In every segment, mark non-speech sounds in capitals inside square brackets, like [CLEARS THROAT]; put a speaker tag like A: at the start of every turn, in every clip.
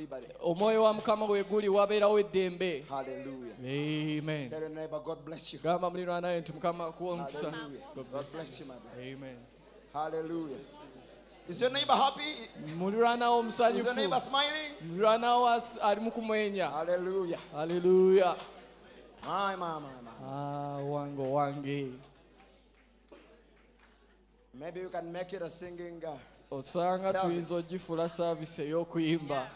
A: liberty.
B: omwoyo wa mukama weguli wabeerawo eddembe
A: Hallelujah.
B: amen
A: Tell your neighbor, God bless you.
B: gamba muliraana ye nti mukama akuwa omukisa
A: Hallelujah.
B: God
A: God
B: bless you.
A: bless you, my brother.
B: amen
A: Hallelujah. Is your neighbor happy?
B: muliraanawo
A: Is your neighbor
B: omusanyufu
A: smiling?
B: muliraanawo as- ali mu kumwenya
A: Hallelujah.
B: haleluya
A: My, my, my, my.
B: Ah, wange owange
A: Maybe you can make it a singing, uh,
B: osanga
A: Service.
B: tuyinza ogifuula saavisi ey'okuyimba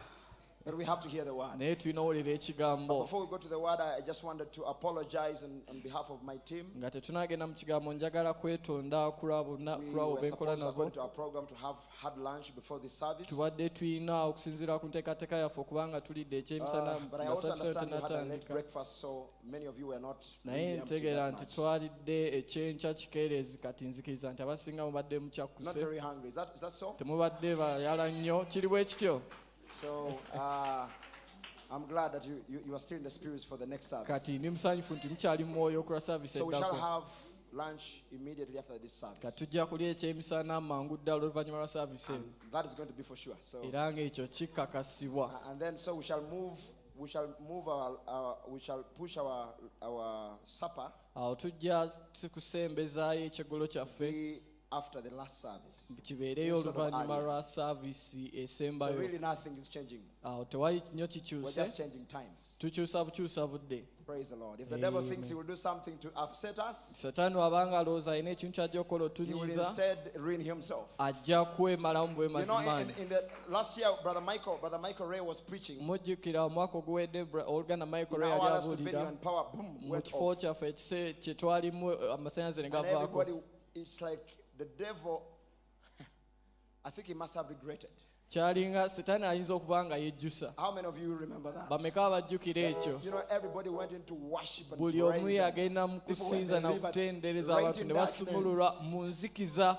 A: but we have to hear the word.
B: naye tulina owulira ekigambo
A: Before we go to the word, I I just wanted to apologize on, on behalf of my team.
B: nga tetunagenda mu kigambo njagala kwetonda kulwa bonna-
A: We
B: kulwabo
A: were
B: benkola
A: supposed to,
B: nabo
A: according to our program, to have had lunch before this service. Uh,
B: tubadde tulina okusinziira ku nteekateeka yaffe okubanga tulidde ekyemisana
A: Uh, Um, but I
B: nga
A: also
B: sabisero
A: understand you had a late
B: tenatandika
A: breakfast, so many of you were not.
B: naye
A: really empty
B: ntegeera
A: that
B: nti
A: much.
B: twalidde ekyenkya kikeerezi kati nzikiriza nti abasinga mubadde
A: Not
B: mukyakuse
A: very hungry. Is that, is that so?
B: temubadde bayala nnyo kiri bwe kityo
A: So uh, I'm glad that you, you, you are still in the spirit for the next service.
B: kati ndi musanyufu nti mukyali mu mwoyo okulwa saavisi
A: So we shall
B: eddako
A: have lunch immediately after this
B: kati
A: service.
B: tujja kulya ekyemisana mangu ddala oluvannyuma lwa saavisi eno
A: That is going to be for sure. So
B: era ng'ekyo kikakasibwa
A: Uh, and then so we shall move we shall move our, our we shall push our our supper
B: awo tujja si kusembezaayo ekyeggulo kyaffe
A: be after the last service
B: kibeereyo
A: Instead of
B: oluvannyuma
A: earlier.
B: lwa saavisi
A: so
B: esembayo
A: really nothing is changing
B: awo tewali nnyo
A: we're
B: kikyuse
A: just changing times
B: tukyusa bukyusa budde
A: praise the lord if the devil thinks he
B: Amen.
A: will do something to upset us
B: satani wabanga alowooza alina ekintu kyajja
A: he
B: okukola
A: will
B: otunyiiza
A: instead ruin himself
B: ajja kwemalamu
A: you know in,
B: bwemazimanyi
A: in the last year brother michael brother michael ray was preaching
B: mujjukira omwaka oguwedde Bra- oluganda
A: in
B: michael
A: our
B: yali
A: last video
B: abuulira
A: and power boom
B: mu
A: went
B: kifo
A: off
B: kyaffe ekise- kye twalimu eh, amasannyalaze ne
A: and
B: gavaako
A: everybody it's like the devil [LAUGHS] i think he must have regretted
B: kyalinga satani ayinza okuba nga yejjusa
A: how many of you remember that
B: bameka abajjukira ekyo
A: You know, everybody went into worship and
B: buli omu
A: praise and
B: yagenda mu
A: people were
B: kusinza na
A: delivered
B: kutendereza
A: right
B: abantu
A: in
B: ne basumululwa
A: darkness.
B: mu nzikiza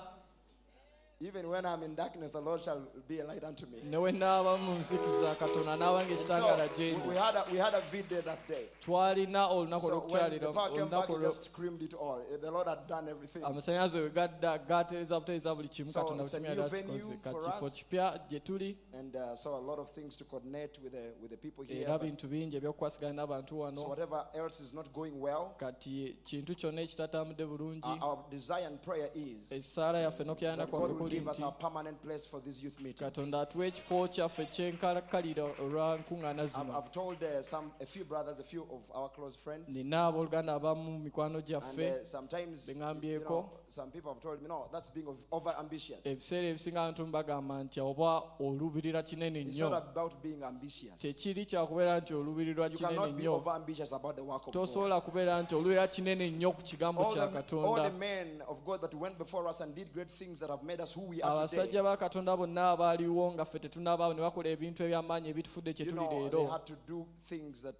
A: Even when I'm in darkness, the Lord shall be a light unto me.
B: ne we naaba mu nzikiza katonda n'abanga
A: And
B: ekitangaala
A: so
B: gye
A: we-
B: ndi
A: we had a we had a video that day.
B: twalina olunaku
A: So when
B: olwokukyalira
A: the power came back,
B: olunaku
A: he
B: olwo-
A: just screamed it all. The Lord had done everything.
B: amasannyalaze we gadda gatereza butereza buli kimu
A: So
B: katonda
A: it's a
B: bukimu yali
A: new venue
B: akikoze
A: for
B: kakifo
A: us.
B: kipya gye tuli
A: And uh, so a lot of things to coordinate with the with the people here.
B: era
A: but-
B: bintu bingi ebyokukwasagana n'abantu
A: so
B: wano
A: whatever else is not going well,
B: kati kintu kyonna ekitatambudde bulungi
A: our, our desire and prayer is
B: essaala yaffe n'okuyana
A: Ah, that God
B: kwaffe
A: will
B: kuli
A: give us
B: nti
A: our permanent place for these youth meetings.
B: katonda atuwa ekifo kyaffe kyenkalakkalira olwa nkuŋŋaana
A: I've,
B: zino
A: I've told uh, some a few brothers, a few of our close friends.
B: nina abooluganda abamu mikwano
A: And uh,
B: gyaffe
A: sometimes,
B: Bengambye
A: you
B: eko.
A: know, some people have told me, no, that's being ov- over ambitious.
B: ebiseera ebisinga abantu mbagamba nti oba oluubirira kinene
A: It's
B: nnyo
A: not about being ambitious.
B: kyekiri kyakubeera nti oluubirirwa
A: You
B: kinene
A: cannot be
B: nnyo
A: over ambitious about the work of God.
B: tosobola kubeera nti oluubirira kinene nnyo ku kigambo
A: All
B: kya
A: the, all
B: katonda
A: the men of God that went before us and did great things that have made us who we are today,
B: abasajja ba katonda bonna abaaliwo nga ffe tetunabaawo ne bakola ebintu eby'amaanyi ebitufudde kye
A: you
B: tuli
A: know, they
B: leero
A: had to do things that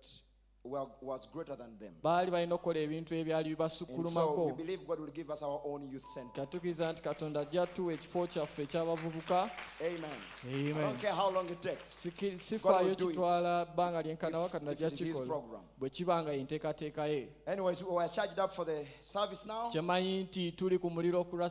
A: were, was greater than them.
B: baali balina okukola ebintu
A: And so
B: ebyali bibasukkulumako
A: we believe God will give us our own youth center.
B: katukkiriza nti katonda ajja tuwa ekifo kyaffe eky'abavubuka
A: Amen. I
B: Amen.
A: don't care how long it takes.
B: Siki-
A: God
B: sifaayo
A: will do it
B: kitwala bbanga lyenkanawa
A: if-
B: katonda
A: if
B: ajja
A: it is His
B: kikola
A: program.
B: bwe kibanga yenteekateeka ye
A: Anyways, we are charged up for the service now.
B: kyemanyi nti tuli ku muliro okulwa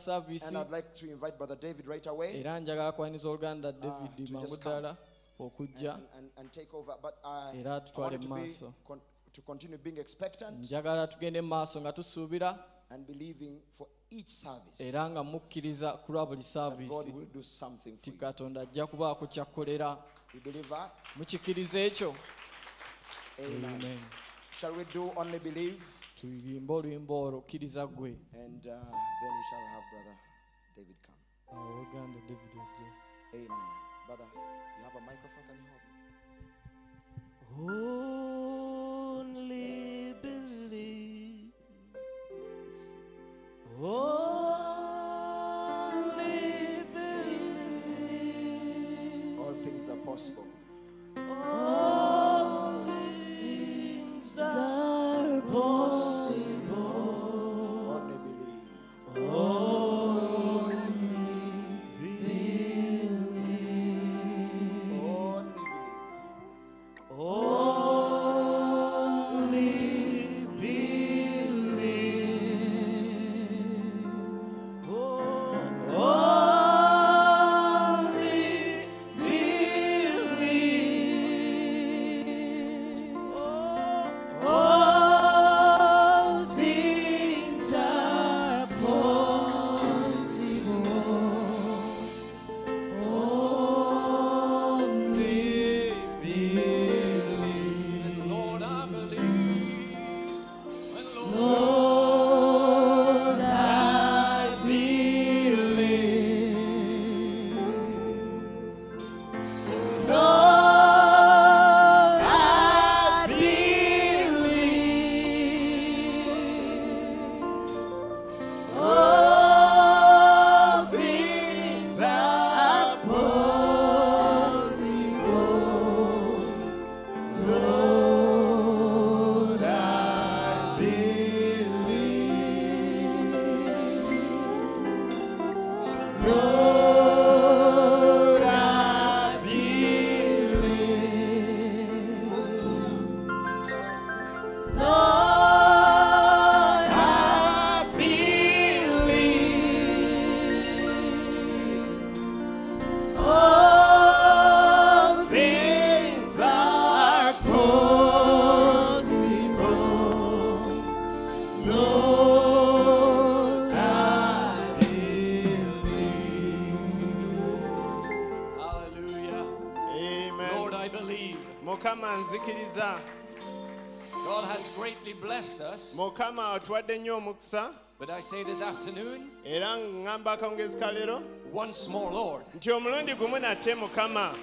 A: And
B: saaviisi
A: I'd like to invite Brother David right away.
B: era njagala kwaniza oluganda
A: Ah, to
B: david mangu
A: just come.
B: ddala okujja
A: and, and, and take over. But I,
B: Era
A: I
B: tutwale
A: wanted to, be,
B: maaso.
A: con, to continue being expectant
B: njagala tugende mu maaso nga tusuubira
A: and believing for each service
B: era nga mukkiriza kulwa buli
A: that God
B: saaviisi
A: will do something for
B: ti
A: you.
B: katonda ajja kubaako kyakolera
A: You believe that?
B: mukikkiriza ekyo
A: Amen. Shall we do only believe?
B: tuyimbe oluyimba olwo kkiriza ggwe
A: And uh, then we shall have Brother David come.
B: awo oluganda david ajje
A: Amen. Brother, you have a microphone? Can you hold it?
C: Only believe. Only believe.
A: All things are possible.
C: All things are possible.
A: Only believe. Only believe.
C: Only
D: I believe.
E: mukama nzikiriza
D: God has greatly blessed us.
E: mukama atuwadde nnyo omukisa
D: But I say this afternoon,
E: era ŋŋamba akawungeezi ka leero
D: once more, Lord,
E: nti omulundi gumu nate mukama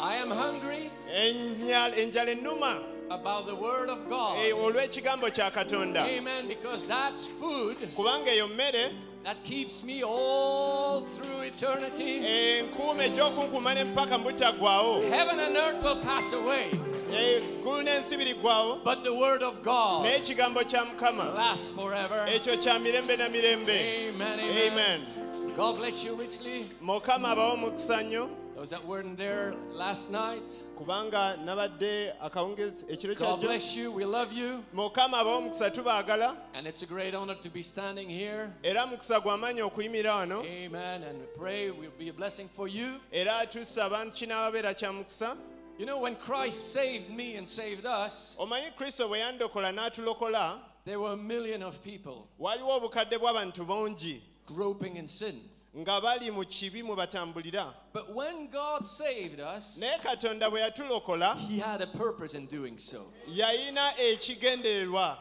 D: I am hungry
E: Enya- enjala ennuma
D: about the Word of God.
E: eh, olw'ekigambo kya katonda
D: Amen. Because that's food
E: kubanga eyo mmere
D: that keeps me all through eternity.
E: enkuuma egy'okunkumana empaka mbutaggwawo
D: Heaven and earth will pass away,
E: eggulu n'ensi biriggwawo
D: but the Word of God
E: naye ekigambo kya mukama
D: lasts forever.
E: ekyo kya mirembe na mirembe
D: Amen. Amen.
E: amen
D: God bless you richly.
E: mukama abawo omukisa nnyo
D: Those that weren't there last night,
E: kubanga nabadde akawungeezi ekiro kyajjo
D: God bless you. We love you.
E: mukama abawo omukisa tubaagala
D: And it's a great honor to be standing here.
E: era mukisa gw'amaanyi okuyimirira wano
D: Amen. And we pray will be a blessing for you.
E: era atuusa abantu kinaababeera kya mukisa
D: You know, when Christ saved me and saved us,
E: omanyi kristo bwe yandokola n'atulokola
D: there were a million of people
E: waliwo obukadde bw'abantu bungi
D: groping in sin.
E: nga bali mu kibi mwe batambulira
D: But when God saved us,
E: naye katonda bwe yatulokola
D: He had a purpose in doing so.
E: yayina ekigendererwa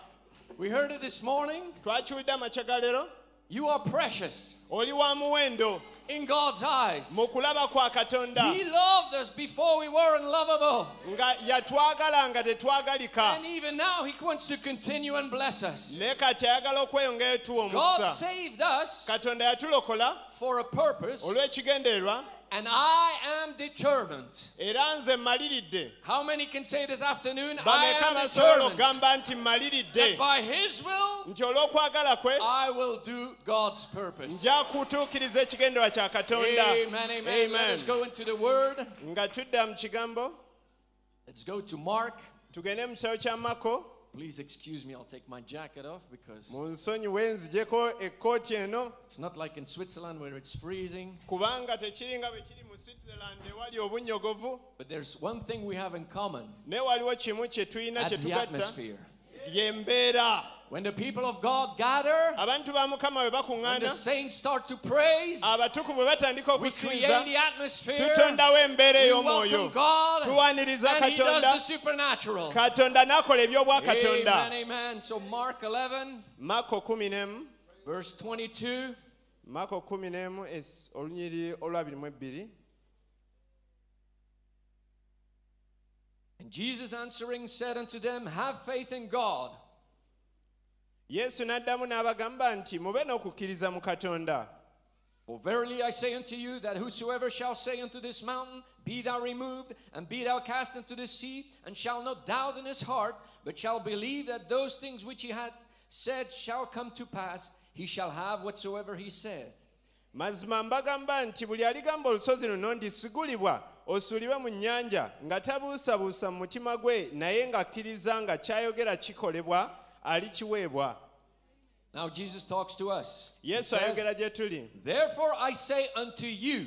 D: We heard it this morning.
E: twakiwulidde amakya ga leero
D: You are precious
E: oli wa muwendo
D: in God's eyes.
E: mu kulaba kwa katonda
D: He loved us before we were unlovable.
E: nga yatwagala nga tetwagalika
D: And even now, He wants to continue and bless us.
E: naye kati ayagala okweyongayo tuwa
D: God
E: omukisa
D: saved us
E: katonda yatulokola
D: for a purpose,
E: olw'ekigendererwa
D: and I am determined.
E: era nze mmaliridde
D: How many can say this afternoon, I
E: bameka
D: am
E: abasobola
D: determined
E: okugamba nti
D: that
E: mmaliridde
D: by His will,
E: nti olw'okwagala kwe
D: I will do God's purpose.
E: nja kutuukiriza ekigendererwa kya katonda
D: Amen, amen. Let us go into the Word.
E: nga tudda mu kigambo
D: Let's go to Mark.
E: tugende mu kitabo kya mako
D: Please excuse me, I'll take my jacket off because
E: mu nsonyiwe nzijeko ekkooti eno
D: it's not like in Switzerland where it's freezing.
E: kubanga tekiringa bwe kiri mu switzerland ewali obunyogovu
D: But there's one thing we have in common
E: naye waliwo kimu kye tulina kye
D: that's the
E: tugatta
D: atmosphere.
E: yembeera
D: When the people of God gather,
E: abantu ba mukama bwe
D: when the
E: bakuŋŋaana
D: saints start to
E: Ah,
D: praise,
E: abatuku bwe batandika
D: we create
E: okusinza
D: the atmosphere.
E: tutondawo embeera
D: We
E: ey'omwoyo
D: welcome God,
E: Tuwaniriza
D: and He does
E: Katonda.
D: the supernatural.
E: katonda n'akola
D: Amen,
E: eby'obwakatonda
D: amen. So Mark 11,
E: mako 11
D: verse 22.
E: mako 11 es- olunyiri olwabirimu
D: And Jesus answering said unto them, Have faith in God.
E: yesu n'addamu n'abagamba nti mube n'okukkiriza mu katonda
D: For verily I say unto you, that whosoever shall say unto this mountain, Be thou removed, and be thou cast into the sea, and shall not doubt in his heart, but shall believe that those things which he hath said shall come to pass, he shall have whatsoever he saith.
E: mazima mbagamba nti buli aligamba olusozi luno ndisigulibwa osuulibwe mu nnyanja nga tabuusabuusa mu mutima gwe naye ng'akkiriza nga kyayogera kikolebwa alikiweebwa
D: Now Jesus talks to us. He
E: yesu
D: says,
E: ayogera gye tuli
D: Therefore I say unto you,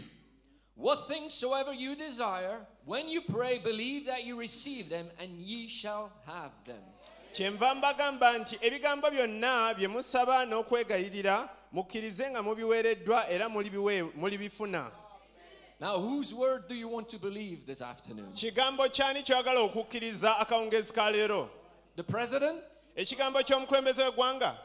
D: what things soever you desire, when you pray, believe that you receive them, and ye shall have them.
E: kyenva mbagamba nti ebigambo byonna bye musaba n'okwegayirira mukkirize nga mubiweereddwa era mulibiwe- mulibifuna
D: Now, whose word do you want to believe this afternoon?
E: kigambo kyani kyagala okukkiriza akawungeezi ka leero
D: The president?
E: ekigambo ky'omukulembeze w'eggwanga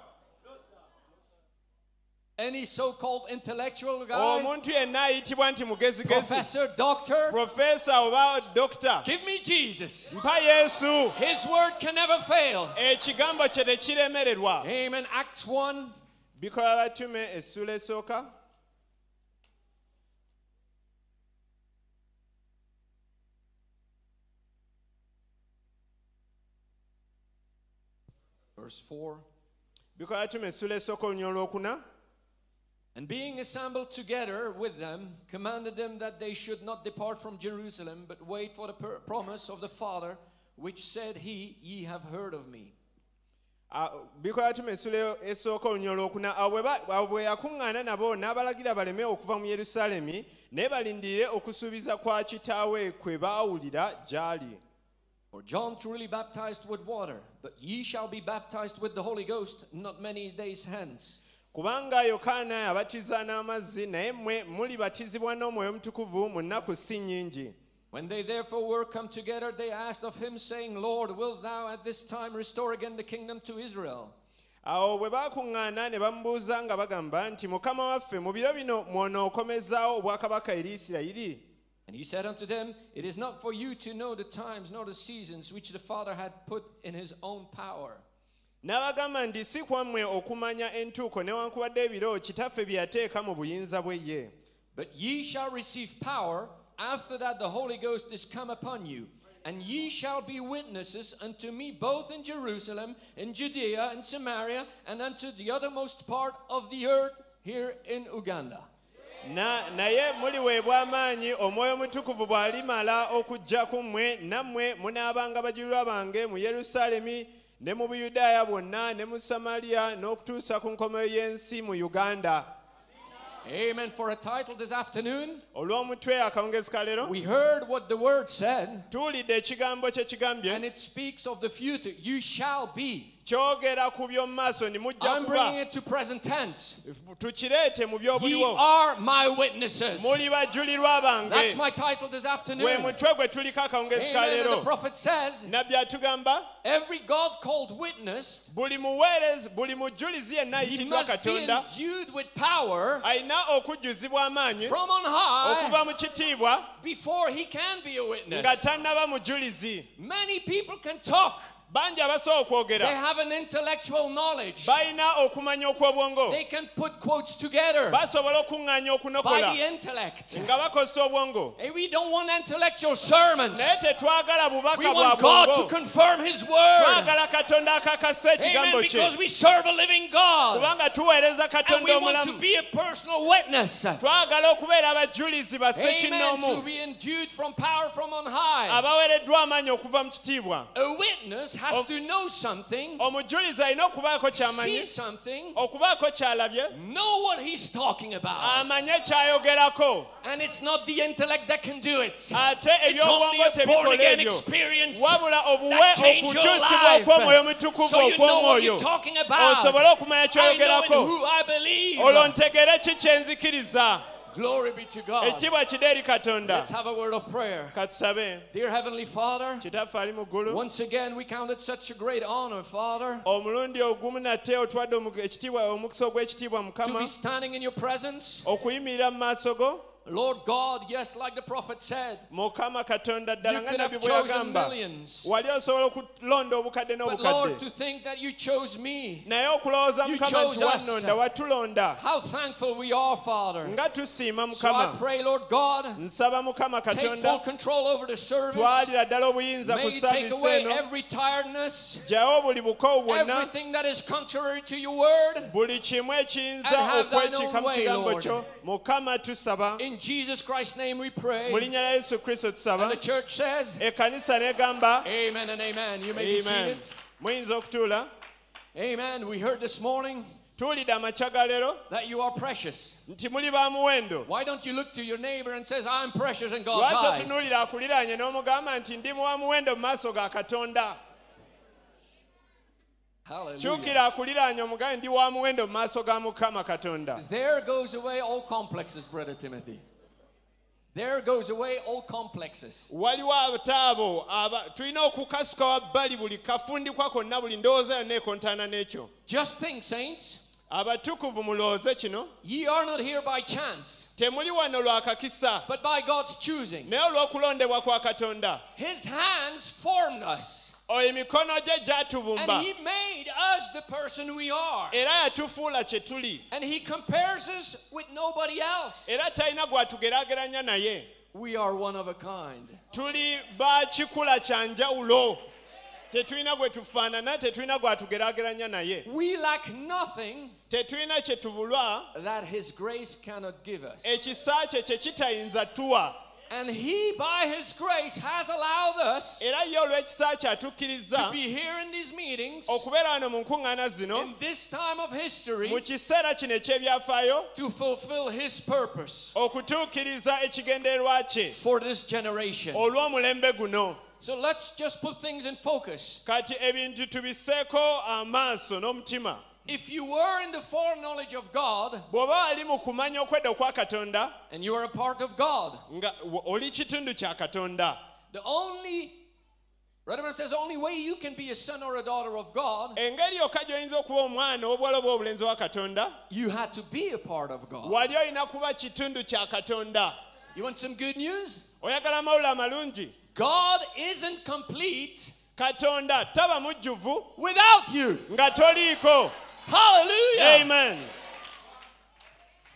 D: Any so called intellectual guy?
E: omuntu yenna ayitibwa nti
D: [LAUGHS]
E: mugezigezi
D: Professor? Doctor?
E: profesa oba dokita
D: Give me Jesus.
E: mpa yesu
D: His word can never fail.
E: ekigambo kye tekiremererwa
D: Amen. Acts 1.
E: bikola batume essula esooka
D: Verse 4.
E: bikola batume essula esooka olunya olwokuna
D: And being assembled together with them, commanded them that they should not depart from Jerusalem, but wait for the per- promise of the Father, which said he, Ye have heard of me.
E: Ah, bikola batume essula esooka olunya olwokuna awo bwe ba- awo bwe yakuŋŋaana nabo n'abalagira baleme okuva mu yerusaalemi naye balindirire okusuubiza kwa kitaawe kwe baawulira gy'ali
D: For John truly baptized with water, but ye shall be baptized with the Holy Ghost not many days hence.
E: kubanga yokaana abatiza n'amazzi naye mmwe mulibatizibwa n'omwoyo omutukuvu mu nnaku si nnyingi
D: When they therefore were come together, they asked of him, saying, Lord, wilt thou at this time restore again the kingdom to Israel?
E: awo bwe baakuŋŋaana ne bamubuuza nga bagamba nti mukama waffe mu biro bino mwonookomezaawo obwakabaka eri isirayiri
D: And he said unto them, It is not for you to know the times nor the seasons which the Father had put in his own power.
E: n'abagamba nti si kwammwe okumanya entuuko newankubadde ebiro kitaffe bye yateeka mu buyinza bwe ye
D: But ye shall receive power after that the Holy Ghost is come upon you. And ye shall be witnesses unto me both in Jerusalem, in Judea, in Samaria, and unto the uttermost part of the earth here in Uganda.
E: Na- naye muliweebwa amaanyi omwoyo omutukuvu bw'alimala okujja ku mmwe nammwe munaabanga bajulirwa bange mu yerusaalemi ne mu buyudaaya bwonna ne mu samaliya n'okutuusa ku nkomeyo y'ensi mu uganda
D: Amen. For a title this afternoon,
E: olw'omutwe akawungezi ka leero
D: we heard what the word said,
E: tuwulidde ekigambo kye
D: and
E: kigambye
D: it speaks of the future. You shall be.
E: kyogera ku by'omu maaso ni mujja
D: I'm bringing
E: kuba
D: it to present tense.
E: tukireete mu
D: Ye
E: by'obuliwo
D: are my witnesses.
E: muli bajulirwa
D: That's
E: bange
D: my title this afternoon.
E: gwe mutwe gwe tuliko akawungezi ka
D: Amen. And the
E: leero
D: prophet says,
E: nabbi atugamba
D: every God called witness,
E: buli muweerezi buli mujulizi yenna
D: he
E: ayitiddwa
D: must be
E: katonda
D: endued with power
E: alina okujjuzibwa amaanyi
D: from on high
E: okuva mu kitiibwa
D: before he can be a
E: nga
D: witness.
E: tannaba mujulizi
D: Many people can talk.
E: bangi abasobola
D: They
E: okwogera
D: have an intellectual knowledge.
E: balina okumanya okw'obwongo
D: They can put quotes together
E: basobola okuŋŋaanya
D: by
E: okunokola
D: the intellect.
E: nga bakozesa obwongo
D: And we don't want intellectual sermons.
E: naye tetwagala bubaka
D: We
E: bwa
D: want God to
E: bwongo
D: confirm his word.
E: twagala katonda akakasa ekigambo kye
D: Amen. Because we serve a living God.
E: kubanga tuweereza
D: And
E: katonda
D: we want to
E: omulamu
D: be a personal witness.
E: twagala okubeera abajulizi basse
D: Amen. To
E: kinnoomu
D: be endued from power from on high.
E: abaweereddwa amaanyi okuva mu kitiibwa
D: A witness has to know
E: Oh,
D: something,
E: omujulizi alina okubaako
D: see
E: kyamanyi
D: something,
E: Oh. okubaako kyalabye
D: know what he's talking about.
E: amanye kyayogerako
D: And it's not the intellect that can do it.
E: ate
D: It's only
E: ebyobwongo
D: a born
E: tebikola
D: again
E: ebyo
D: experience
E: wabula obuwe
D: that change your
E: okukyusibwa
D: life.
E: okw'omwoyo omutukuvu
D: So you know what
E: okw'omwoyo
D: you're talking about.
E: osobole okumanya
D: I know in
E: kyoyogerako
D: who I believe.
E: olwo ntegere ki kyenzikiriza
D: Glory be to God.
E: ekitiibwa kide eri katonda
D: Let's have a word of prayer.
E: katusabe
D: Dear Heavenly Father,
E: kitaffe ali mu ggulu
D: once again we count it such a great honor, Father,
E: Oh, omulundi ogumu nate otuwadde omu- ekitiibwa omukisa ogw'ekitiibwa
D: to
E: mukama
D: be standing in your presence.
E: okuyimirira mu maaso go
D: Lord God, yes, like the prophet said,
E: mukama katonda ddala
D: you
E: nga
D: could
E: nabbi
D: have
E: bwe
D: chosen
E: yagamba
D: millions.
E: wali osobola okulonda obukadde
D: But Lord, to
E: n'obukadde
D: think that you chose me,
E: naye okulowooza
D: You
E: mukama nti
D: chose us.
E: wannonda watulonda
D: how thankful we are, Father.
E: nga tusiima
D: So I
E: mukama
D: pray, Lord God,
E: nsaba mukama
D: take full
E: katonda
D: control over the service.
E: twalira ddala obuyinza ku
D: May you take
E: saavisi
D: away
E: eno
D: every tiredness,
E: gyawo buli bukowu bwonna
D: everything that is contrary to your word.
E: buli kimu ekiyinza
D: And have thine
E: okwekiika
D: own
E: mu
D: way,
E: kigambo
D: Lord.
E: kyo mukama tusaba
D: In Jesus Christ's name we
E: mu
D: pray.
E: linnya lya yesu kristo
D: And the
E: tusaba
D: church says,
E: ekkanisa n'egamba
D: Amen and amen. You may be
E: amen
D: seated.
E: muyinza okutuula
D: Amen. We heard this morning
E: tuwulidde amakya ga leero
D: that you are precious.
E: nti muli ba muwendo
D: Why don't you look to your neighbor and says, I'm precious in God's
E: lwaki
D: eyes?
E: otunuulira akuliraanye n'omugamba nti ndi muwa muwendo mu maaso ga katonda
D: Hallelujah.
E: kyukira akuliraanye omugambe ndi wa muwendo mu maaso ga mukama katonda
D: There goes away all complexes, Brother Timothy. There goes away all complexes.
E: waliwo abataabo aba tulina okukasuka wabbali buli kafundikwa konna buli ndowooza yonna ekontaana n'ekyo
D: Just think, saints,
E: abatukuvu mulowooze kino
D: ye are not here by chance,
E: temuli wano lwa kakisa
D: but by God's choosing.
E: naye olw'okulondebwa kwa katonda
D: His hands formed us,
E: oyo emikono gye
D: and
E: gyatubumba
D: He made us the person we are.
E: era yatufuula kye tuli
D: And He compares us with nobody else.
E: era talina gwatugeraageranya naye
D: We are one of a kind.
E: tuli ba kikula kya njawulo tetulina gwe tufaanana tetulina gwatugeraageranya naye
D: We lack nothing
E: tetulina kye tubulwa
D: that His grace cannot give us.
E: ekisa kye kye kitayinza tuwa
D: And He, by His grace, has allowed us
E: era ye olw'ekisa kye
D: to
E: atukkiriza
D: be here in these meetings
E: okubeera wano mu nkuŋŋaana zino
D: in this time of history
E: mu kiseera kino eky'ebyafaayo
D: to fulfill his purpose
E: okutuukiriza ekigendererwa kye
D: for this generation.
E: Oh. olw'omulembe guno
D: So let's just put things in focus.
E: kati ebintu tubisseeko amaaso n'omutima
D: If you were in the foreknowledge of God
E: bw'oba ali mu kumanya okwedda okwa katonda
D: and you are a part of God,
E: nga w- oli kitundu kya katonda
D: the only Redeemer says the only way you can be a son or a daughter of God,
E: engeri yokka gy'oyinza okuba omwana ow'obwala oba obulenzi wa katonda
D: you had to be a part of God.
E: wali olina kuba kitundu kya katonda
D: You want some good news?
E: oyagala amawulire amalungi
D: God isn't complete
E: katonda taba mujjuvu
D: without you.
E: nga toliiko
D: Hallelujah.
E: amen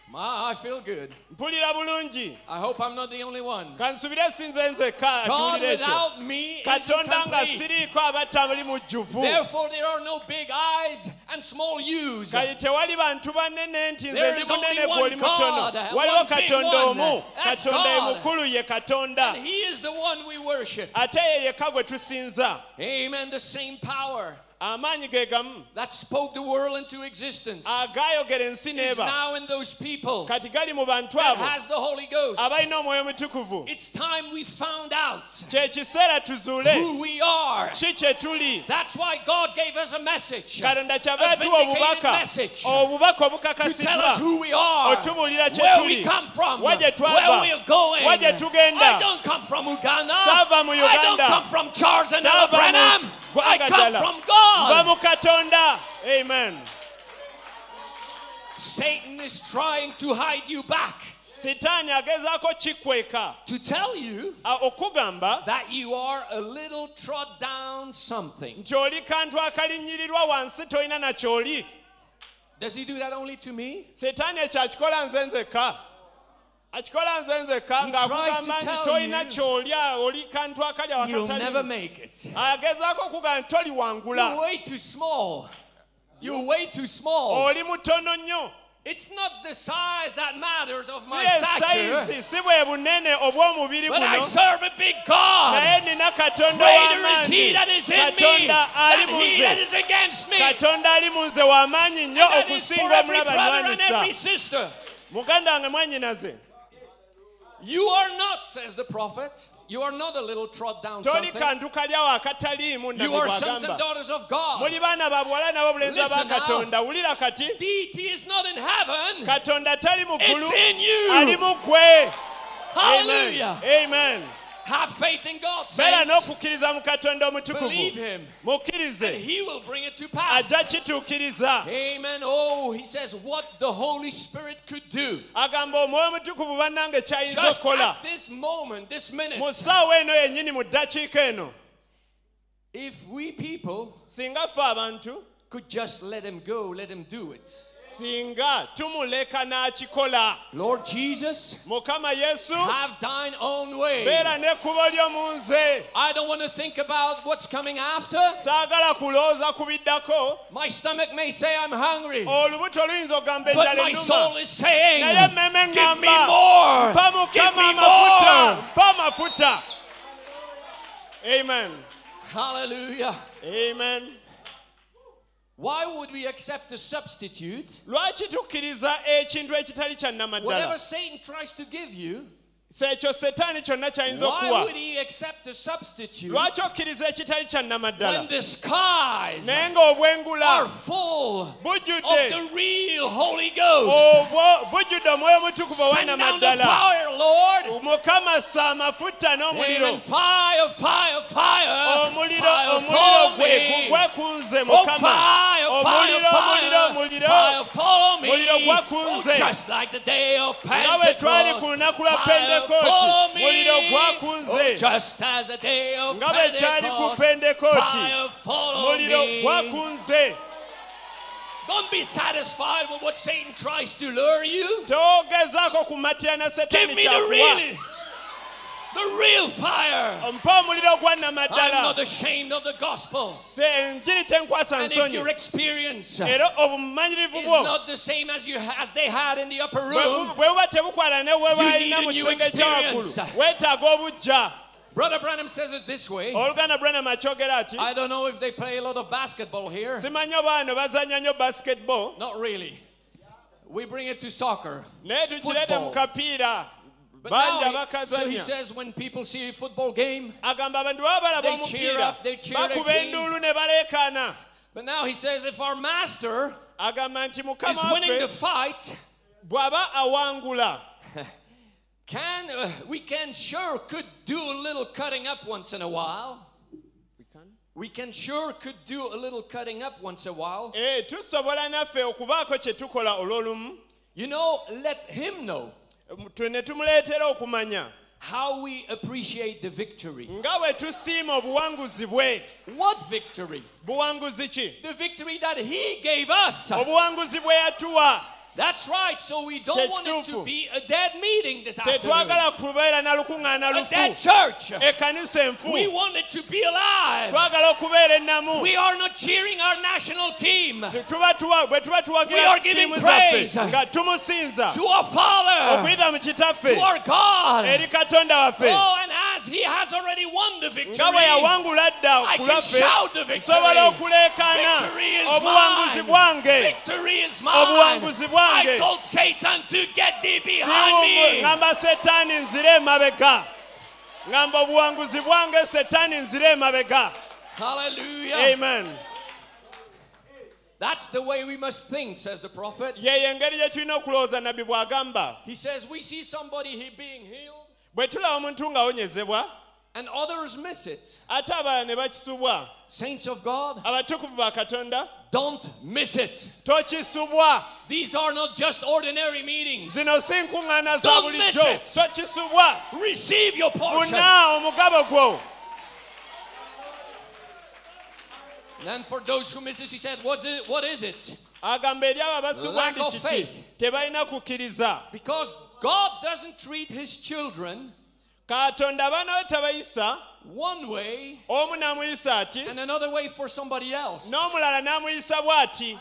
D: My, I feel good.
E: mpulira bulungi
D: I hope I'm not the only one.
E: kansubire sinze nzekka
D: God
E: atuwulira ekyo
D: without me is
E: katonda nga
D: incomplete.
E: siriiko abatta muli mujjuvu
D: Therefore, there are no big eyes and small U's.
E: kale tewali bantu banene nti nze
D: There
E: ndi
D: is only
E: munene gwe
D: one
E: oli mutono
D: God, one
E: waliwo
D: big
E: katonda
D: one.
E: omu
D: That's
E: katonda ye
D: God.
E: mukulu ye katonda
D: And He is the one we worship.
E: ate ye yekka gwe tusinza
D: Amen. The same power
E: amaanyi ge gamu
D: that spoke the world into existence
E: agayogera ensi
D: is
E: n'eba
D: now in those people
E: kati gali mu bantu
D: that
E: abo
D: has the Holy Ghost.
E: abalina omwoyo mutukuvu
D: It's time we found out
E: kye kiseera tuzuule
D: who we are.
E: ki kye tuli
D: That's why God gave us a message.
E: katonda kyava
D: A
E: atuwa
D: vindicated
E: obubaka
D: message.
E: obubaka
D: to tell
E: obukakasiddwa
D: us who we are,
E: otubuulira kye
D: where
E: tuli,
D: we come from,
E: wa
D: where
E: gye twava,
D: we are going.
E: wa gye tugenda.
D: I don't come from Uganda.
E: Saava mu
D: I don't
E: Uganda.
D: come from Charles and Ella
E: Saava mu
D: Branham. I
E: ggwanga
D: come
E: ddala.
D: from
E: nva
D: God.
E: mu katonda amen
D: Satan is trying to hide you back
E: sitaani agezaako kikweka
D: to tell you
E: a- okugamba
D: that you are a little trod down something.
E: nti oli kantu akalinyirirwa wansi tolina nakyoli
D: Does he do that only to me?
E: setaani ekyo akikola nze nzekka akikola nze nzekka
D: He tries to
E: ng'akugamba nti
D: tell
E: tolina
D: you
E: kyoli a- oli kantu akali
D: You'll never
E: awakatali
D: make it.
E: agezaako okugamba nti toliwangula
D: You're way too small. You're way too small.
E: oli mutono nnyo
D: It's not the size that matters of
E: si
D: my stature.
E: esayizi si bwe bunene obw'omubiri
D: But I
E: guno
D: serve a big God.
E: naye nina katonda
D: Greater is
E: w'amaanyi
D: He that is in me
E: katonda ali
D: than
E: mu
D: He that
E: nze
D: is against me. And
E: katonda ali mu nze w'amaanyi nnyo
D: that is for
E: okusinga
D: every
E: omulaba
D: brother and
E: nwanisa
D: every sister.
E: muganda wange mwannyinaze
D: You are not, says the prophet, you are not a little trod down
E: toli
D: something.
E: kantu kalyawo akataliimu
D: You are sons and
E: nabwagamba
D: daughters of God.
E: muli baana babuwala n'abobulenzi
D: Listen
E: aba katonda wulira kati
D: Deity is not in heaven.
E: katonda tali mu ggulu
D: It's in
E: ali
D: you.
E: mu ggwe amen
D: Hallelujah.
E: amen
D: Have faith in God,
E: beera
D: saints.
E: n'okukkiriza mu katonda
D: Believe
E: omutukuvu
D: Him. And
E: mukkirize
D: He will bring it to pass.
E: ajja kituukiriza
D: Amen. Oh, He says what the Holy Spirit could do.
E: agamba omwoyo omutukuvu bannange kyayinza
D: Just
E: okukola
D: at this moment, this minute.
E: mu ssaawa eno yennyini mu ddakiika eno
D: If we people
E: singa ffe abantu
D: could just let him go, let him do it.
E: singa tumuleka n'akikola
D: Lord Jesus,
E: mukama yesu
D: have thine own way.
E: beera n'ekkubo ly'omu nze
D: I don't want to think about what's coming after.
E: saagala kulowooza kubiddako
D: My stomach may say I'm hungry,
E: Oh, olubuto luyinza ogamba
D: but
E: enjala
D: my soul
E: ennuma
D: is saying,
E: naye emmeeme
D: Give me
E: eŋŋamba
D: more.
E: mpa
D: Give
E: mukama
D: me
E: amafuta
D: more.
E: mpa amafuta amen
D: Hallelujah.
E: amen
D: Why would we accept a substitute?
E: lwaki tukkiriza ekintu ekitali kya nnamaddala
D: Whatever Satan tries to give you,
E: si ekyo setaani kyonna kyayinza
D: why
E: okuwa
D: would he accept a substitute
E: lwaki okkiriza ekitali kya nnamaddala
D: when the skies
E: naye ng'obwengula
D: are full of
E: bujjudde
D: the real Holy
E: Oh,
D: Ghost.
E: obwo bujjudde omwoyo mutukuvu
D: Send down the
E: ow'annamaddala
D: fire,
E: Oh,
D: Lord.
E: mukama si amafuta
D: Amen.
E: n'omuliro
D: Fire, fire, fire.
E: omuliro
D: fire
E: omuliro
D: follow
E: gwe
D: me.
E: gwe kunze
D: Oh,
E: mukama
D: fire,
E: Omuliro, omuliro,
D: fire, fire,
E: omuliro.
D: fire, follow me.
E: Omuliro gwa
D: Oh,
E: kunze.
D: just like the day of
E: nga bwe twali ku
D: Pentecost.
E: lunaku lwa
D: Fire, follow
E: pentekooti
D: me.
E: muliro
D: Oh,
E: gwakunze
D: just as the day of
E: nga bwe kyali ku
D: Pentecost.
E: pentekooti
D: Fire, follow
E: muliro
D: me.
E: gwakunze
D: Don't be satisfied with what Satan tries to lure you.
E: togezaako kumatira na
D: Give
E: setani
D: me the
E: kyakuwa
D: real, the real fire.
E: mpa omuliro gwa
D: I'm not
E: namaddala
D: ashamed of the gospel.
E: se enjiri tenkwasa
D: And if your
E: nsonyi
D: experience is
E: era obumanyirivu bwo
D: not the same as you as they had in the upper
E: bwe
D: room,
E: bu- bwe buba tebukwata ne bwe
D: need
E: balina
D: a
E: mu
D: new
E: kisenge ekyawaggulu
D: experience.
E: weetaaga obujja
D: Brother Branham says it this way.
E: oluganda branam akyogera ati
D: I don't know if they play a lot of basketball here.
E: simanyi obaano bazanya nnyo basketball
D: Not really. We bring it to soccer.
E: naye tukirete
D: Football.
E: mu kapiira bangi
D: But now, he- so he
E: abakazanya
D: says when people see a football game,
E: agamba abantu baba balaba
D: They cheer
E: omupiira
D: up, they cheer
E: bakuba
D: again.
E: enduulu ne baleekaana
D: but now he says if our master
E: agamba nti
D: is
E: mukama
D: winning the
E: waffe
D: fight,
E: bw'aba awangula
D: can uh, we can sure could do a little cutting up once in a while. We can sure could do a little cutting up once a while.
E: Eh, tusobola naffe okubaako kye tukola olw'olumu
D: You know, let him know
E: twe ne tumuleetera okumanya
D: how we appreciate the victory.
E: nga bwe tusiima obuwanguzi bwe
D: What victory?
E: buwanguzi ki
D: The victory that he gave us.
E: obuwanguzi bwe yatuwa
D: That's right. So we don't want it to
E: Tetufu.
D: be a dead meeting this afternoon.
E: tetwagala kubeera na lukuŋŋaana
D: A dead
E: lufu
D: church.
E: ekkanisa enfu
D: We want it to be alive.
E: twagala okubeera ennamu
D: We are not cheering our national team to
E: Tuba tuwa- bwe tuba
D: We
E: tuwagira
D: are giving
E: ttiimu
D: praise.
E: zaffe nga tumusinza
D: our Father,
E: okuyita mu
D: to
E: kitaffe
D: our God.
E: eri katonda waffe
D: Oh, and as He has already won the
E: nga bwe
D: victory,
E: yawangula dda
D: I
E: ku
D: can
E: laffe
D: shout the
E: nsobola
D: victory.
E: okuleekaana
D: Victory is
E: obuwanguzi
D: mine.
E: bwange
D: Victory is mine.
E: Obuwanguzi bwange.
D: I told Satan to get thee
E: Siwumu-
D: behind me.
E: ŋŋamba setaani nzire emabega ŋŋamba obuwanguzi bwange setaani nzire emabega
D: Hallelujah.
E: amen
D: That's the way we must think, says the prophet.
E: yeyo engeri gye tulina okulowooza nabbi bw'agamba
D: He says, We see somebody he being healed,
E: bwe tulaba omuntu ng'awonyezebwa
D: and others miss it.
E: ate abalala ne bakisubwa
D: Saints of God,
E: abatukuvu ba katonda
D: don't miss it.
E: tokisubwa
D: These are not just ordinary meetings.
E: zino si nkuŋŋaana za
D: Don't miss
E: bulijjo
D: it.
E: tokisubwa
D: Receive your
E: Oh,
D: portion.
E: funa omugabo gwo
D: And for those who miss it, he said, What's it, What is it?
E: agamba eri abo abasubwa
D: Lack
E: nti
D: of
E: kiki
D: faith.
E: tebalina kukkiriza
D: Because God doesn't treat his children
E: katonda abaana be tabayisa
D: one way
E: omu n'amuyisa ati
D: and another way for somebody else.
E: n'omulala n'amuyisa bw'ati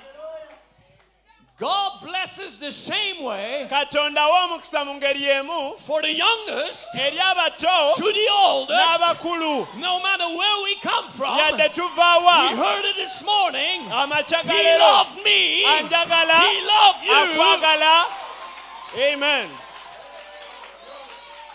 D: God blesses the same way
E: katonda awa omukisa mu ngeri emu
D: for the youngest
E: eri abato
D: to the oldest,
E: n'abakulu
D: no matter where we come from.
E: yadde
D: We
E: tuvaawa
D: heard it this morning.
E: amakya ga
D: He
E: leero
D: loved me.
E: anjagala
D: He loved you.
E: akwagala amen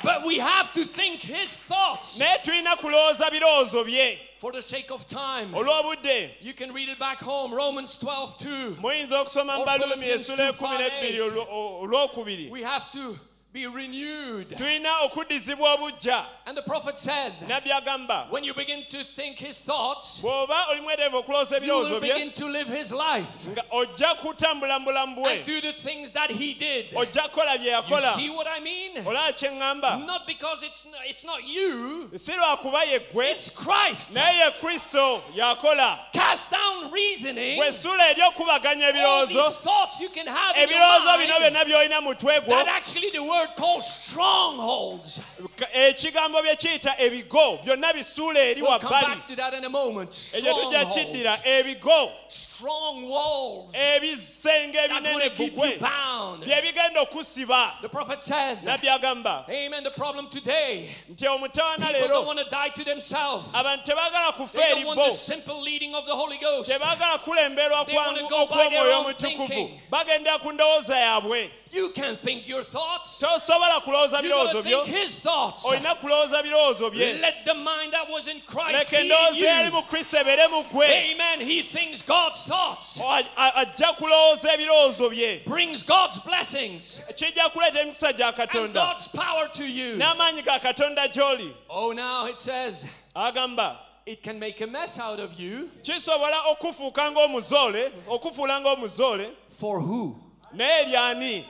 D: But we have to think his thoughts
E: naye tulina kulowooza birowoozo bye
D: for the sake of time.
E: olw'obudde
D: You can read it back home, Romans 12 2.
E: muyinza okusoma mu
D: Or
E: balumi
D: Philippians
E: essula 12
D: 2:5.
E: olwo- olwokubiri
D: We have to be renewed.
E: tulina okuddizibwa obujja
D: And the prophet says,
E: nabbi agamba
D: when you begin to think his thoughts,
E: bw'oba oli mweteefu okulowooza
D: you will
E: ebirowoozo bye
D: begin to live his life
E: nga ojja kutambula mu bulamu bwe
D: and do the things that he did. You
E: ojja kukola bye yakola
D: see what I mean?
E: olaba kye ŋŋamba
D: Not because it's, it's not you,
E: si lwakuba ye ggwe
D: it's Christ.
E: naye ye kristo yakola
D: Cast down reasoning.
E: gwe essula ery'okubaganya
D: All these
E: ebirowoozo
D: thoughts you can have in your
E: ebirowoozo bino
D: mind
E: byonna by'olina mutwe gwo
D: that actually the word calls strongholds.
E: ka- ekigambo bye kiyita ebigo byonna bisuula eri
D: We'll come
E: wabbali
D: back to that in a moment.
E: ekyo tujja
D: Strongholds.
E: kiddira ebigo
D: Strong walls.
E: ebisenge
D: That
E: ebinene
D: want to keep you
E: bugwe
D: bound.
E: bye bigenda okusiba
D: The prophet says,
E: nabbi agamba
D: Amen. The problem today,
E: nti omutawana
D: people don't
E: leero
D: want to die to themselves.
E: abantu tebaagala kufa
D: They
E: eri
D: don't want the
E: bo
D: simple leading of the Holy Ghost.
E: tebaagala kulemberwa
D: They wanna
E: kwangu
D: go by their
E: okw'omwoyo
D: own
E: omutukuvu
D: thinking.
E: bagendera ku ndowooza yaabwe
D: You can think your thoughts.
E: tosobola kulowooza
D: You gotta
E: birowoozo byo
D: think His thoughts.
E: olina kulowooza birowoozo bye
D: Let the mind that was in Christ
E: leka
D: be in
E: endowooza eri
D: you.
E: mu kristo ebeere mu ggwe
D: Amen. He thinks God's thoughts,
E: A- a- ajja kulowooza ebirowoozo bye
D: brings God's blessings
E: kijja kuleeta emikisa gya
D: and
E: katonda
D: God's power to you.
E: n'amaanyi ga katonda gy'oli
D: Oh, now it says
E: agamba
D: it can make a mess out of you.
E: kisobola okufuuka ng'omuzoole okufuula ng'omuzoole
D: For who?
E: naye eryani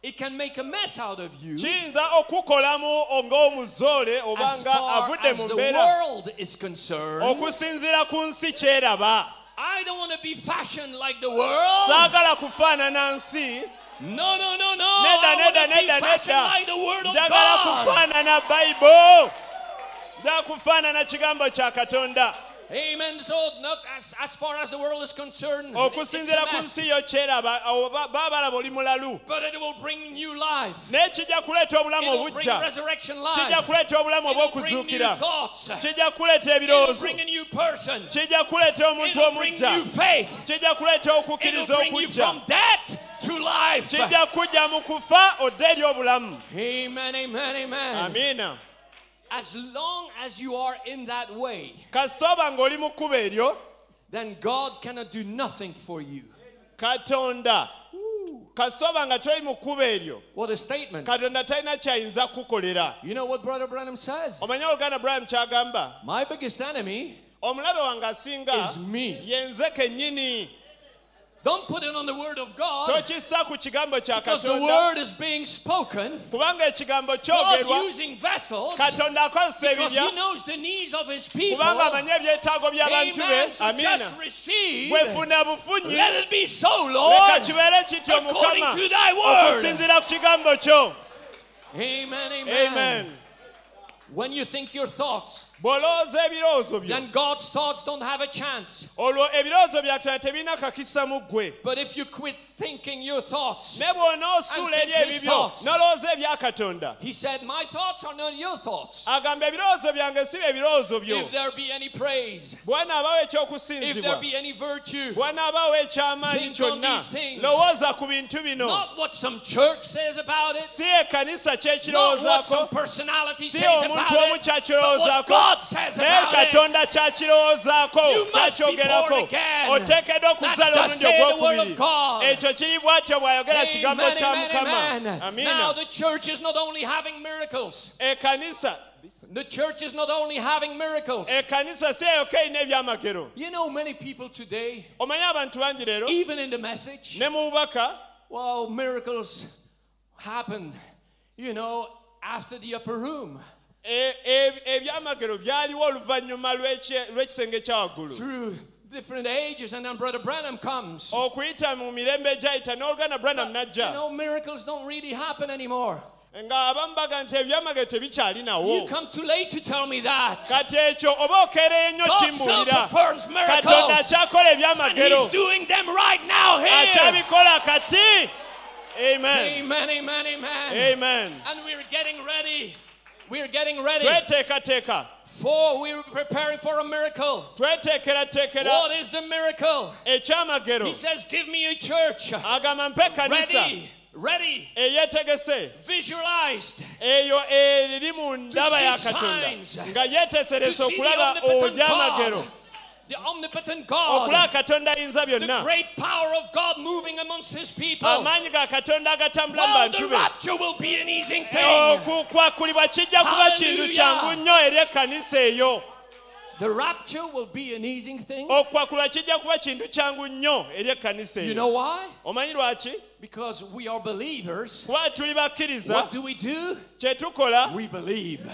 D: It can make a mess out of you.
E: kiyinza okukolamu ng'omuzoole oba
D: As
E: nga
D: far
E: avudde
D: as
E: mu
D: the
E: mbeera
D: world is
E: Oh.
D: concerned,
E: okusinziira ku nsi kyeraba
D: I don't want to be fashioned like the world.
E: saagala kufaanana nsi
D: No, no, no, no.
E: Nedda,
D: I
E: nedda,
D: want to be
E: nedda,
D: fashioned
E: nedda.
D: like the word of
E: njagala
D: God.
E: kufaanana bayibo njagala kufaanana kigambo kya katonda
D: Amen. So, not as, as far as the world is concerned, it- it's a
E: okusinziira ku
D: mess.
E: nsi yo kyeraba awo ba- baba balaba oli mulalu
D: but it will bring new life.
E: naye kijja kuleeta
D: It
E: obulamu
D: will bring
E: obujja
D: resurrection
E: kijja
D: life.
E: kuleeta obulamu
D: It will bring new
E: obw'okuzuukira
D: thoughts. It
E: kijja kuleeta
D: will
E: ebirowoozo
D: bring a new person.
E: kijja kuleeta
D: It
E: omuntu
D: will bring new
E: omujja
D: faith.
E: kijja kuleeta
D: It will
E: okukkiriza
D: bring you
E: okujja
D: from death to life.
E: kijja kujja mu kufa odde eri obulamu
D: Amen, amen, amen.
E: amiina
D: As long as you are in that way,
E: kasita oba ng'oli mu kkuba eryo
D: then God cannot do nothing for you.
E: katonda kasoba nga toli mu kkubo eryo
D: What a statement.
E: katonda talina kyayinza kukukolera
D: You know what Brother Branham says?
E: omanyi oluganda burayimu kyagamba
D: My biggest enemy
E: omulabe wange asinga
D: is me.
E: ye nze kennyini
D: Don't put it on the word of God
E: tokissa ku kigambo kya
D: because the
E: katonda
D: word is being spoken.
E: kubanga ekigambo
D: God
E: kyogerwa
D: using vessels
E: katonda akozesa
D: because
E: ebibya
D: He knows the needs of His people.
E: kubanga amanyi ebyetaago by'abantu be
D: Amen. So
E: amiina
D: just receive.
E: bwefuna bufunyi
D: Let it be so,
E: leka
D: Lord.
E: kibeere kityo
D: according
E: mukama
D: to thy word.
E: okusinziira ku kigambo kyo
D: Amen, amen.
E: amen
D: When you think your thoughts,
E: bw'olowooza ebirowoozo byo
D: then God's thoughts don't have a chance.
E: olwo ebirowoozo byatonda tebirina kakisa mu ggwe
D: But if you quit thinking your thoughts,
E: ne bw'ona osuula
D: And
E: eri
D: think his
E: ebibyo
D: thoughts.
E: n'olowooza ebya katonda
D: He said, My thoughts are not your thoughts.
E: agamba ebirowoozo byange si bye birowoozo byo
D: If there be any praise,
E: bwanaabawo
D: if there
E: ekyokusinzibwa
D: be any virtue,
E: bwanaabawo ekyamaanyi
D: Think on
E: kyonna
D: these things.
E: lowooza ku bintu bino
D: not what some church says about it,
E: si ekkanisa
D: not what some
E: kyekirowoozaako
D: personality
E: si
D: says
E: omuntu omu
D: about it, but what
E: kyakirowoozaako
D: God says
E: naye
D: about it.
E: katonda kyakirowoozaako
D: You must be born
E: kyakyogerako
D: again.
E: oteekeddwa okuzaala
D: That's
E: omulundi
D: the say the word
E: ogwokubiri
D: of God.
E: ekyo kiri bw'atyo bw'ayogera
D: Amen,
E: kigambo kya
D: amen,
E: mukama
D: amen. Now
E: amina
D: the church is not only having miracles.
E: ekkanisa
D: The church is not only having miracles.
E: ekkanisa si eyoka erina ebyamagero
D: You know, many people today,
E: omanye abantu bangi leero
D: even in the message,
E: ne mu bubaka
D: well, miracles happen, you know, after the upper room,
E: e- e- ebyamagero byaliwo oluvannyuma lw'eki- lw'ekisenge kya waggulu
D: through different ages, and then Brother Branham comes.
E: okuyita mu mirembe egyayita n'oluganda branam
D: You
E: najja
D: know, miracles don't really happen anymore.
E: ng'abamu baga nti ebyamagero
D: You
E: tebikyalinawo
D: come too late to tell me that.
E: kati ekyo oba okereyo nnyo
D: God still
E: kimbuulira
D: performs
E: katonda
D: miracles,
E: akyakola
D: and He's
E: ebyamagero
D: doing them right now here.
E: akyabikola kati amen
D: Amen, amen, amen.
E: amen
D: And we're getting ready. We're getting ready
E: tweteekateeka
D: for we're preparing for a miracle.
E: tweteekerateekera
D: What is the miracle? Ah,
E: ekyamagero
D: He says, Give me a church.
E: agamba mpe kanisa
D: Ready, ready,
E: eyeetegese
D: visualized.
E: eyo eriri mu ndaba
D: see
E: ya katonda
D: signs.
E: nga
D: To
E: yeeteeserese
D: see the
E: okulaba
D: omnipotent
E: obyamagero
D: God. The omnipotent God.
E: okulaba katonda ayinza
D: The
E: byonna
D: great power of God moving amongst his people.
E: amaanyi ga katonda agatambula mu
D: Well, the
E: bantu be
D: rapture will be an easy
E: Oh,
D: thing.
E: okukwakulibwa kijja kuba kintu
D: Hallelujah.
E: kyangu nnyo eri ekkanisa eyo
D: The rapture will be an easy thing.
E: Oh, okukwakulibwa kijja kuba kintu kyangu nnyo eri ekkanisa
D: You
E: eyo
D: know why?
E: omanyi lwaki
D: Because we are believers.
E: kuba tuli bakkiriza
D: What do we do?
E: kye tukola
D: We believe.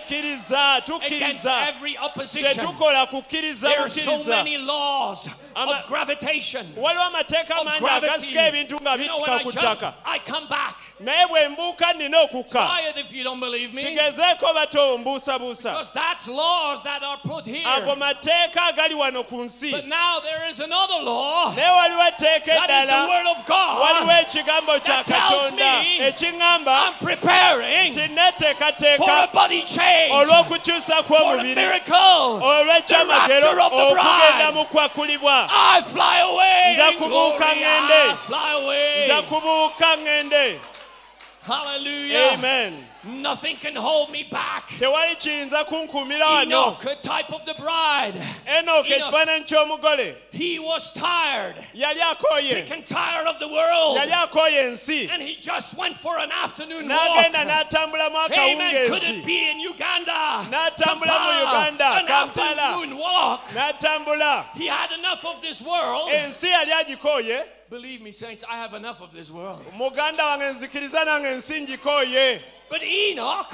E: tukikkiriza
D: Against
E: tukkiriza
D: every
E: kye
D: opposition.
E: tukola kukkiriza
D: There are so
E: bukkiriza
D: many laws
E: Ama-
D: of gravitation.
E: waliwo amateeka
D: Of
E: amangi
D: gravity.
E: agasika ebintu nga
D: You know, when
E: bikka
D: I
E: ku
D: jump,
E: ttaka
D: I come back.
E: naye bwe mbuuka nnina okukka
D: Try it if you don't believe me.
E: kigezeeko batombuusabuusa
D: Because that's laws that are put here.
E: ago mateeka agali wano ku
D: But
E: nsi
D: now there is another law.
E: naye waliwo etteeka
D: That is the
E: eddala
D: word
E: waliwo
D: of God.
E: ekigambo kya
D: that tells
E: katonda
D: me
E: ekiŋŋamba
D: I'm
E: nti
D: preparing for a
E: neteekateeka
D: body change.
E: olw'okukyusa
D: For a
E: kw'omubiri
D: miracle.
E: olw'ekyamagero
D: The rapture of the
E: okugenda
D: bride.
E: mu kwakulibwa
D: I fly away.
E: Nja
D: in
E: kubuuka
D: glory.
E: ŋŋende.
D: I fly away.
E: nja kubuuka ŋŋende
D: Hallelujah.
E: amen
D: Nothing can hold me back.
E: tewali kiyinza kunkuumira wano
D: Enoch, a type of the bride,
E: enoka
D: Enoch.
E: ekifaananyi ky'omugole
D: he was tired,
E: yali akooye
D: sick and tired of the world,
E: yali akooye ensi
D: and he just went for an afternoon walk.
E: n'agenda n'atambulamu
D: Amen. Could it
E: akawungeezi
D: be in Uganda?
E: N'atambula mu
D: Kampala,
E: Uganda,
D: an
E: Kampala.
D: afternoon walk.
E: n'atambula
D: He had enough of this world.
E: ensi yali agikooye
D: Believe me, saints, I have enough of this world.
E: muganda wange nzikiriza nange ensi ngikooye
D: But Enoch,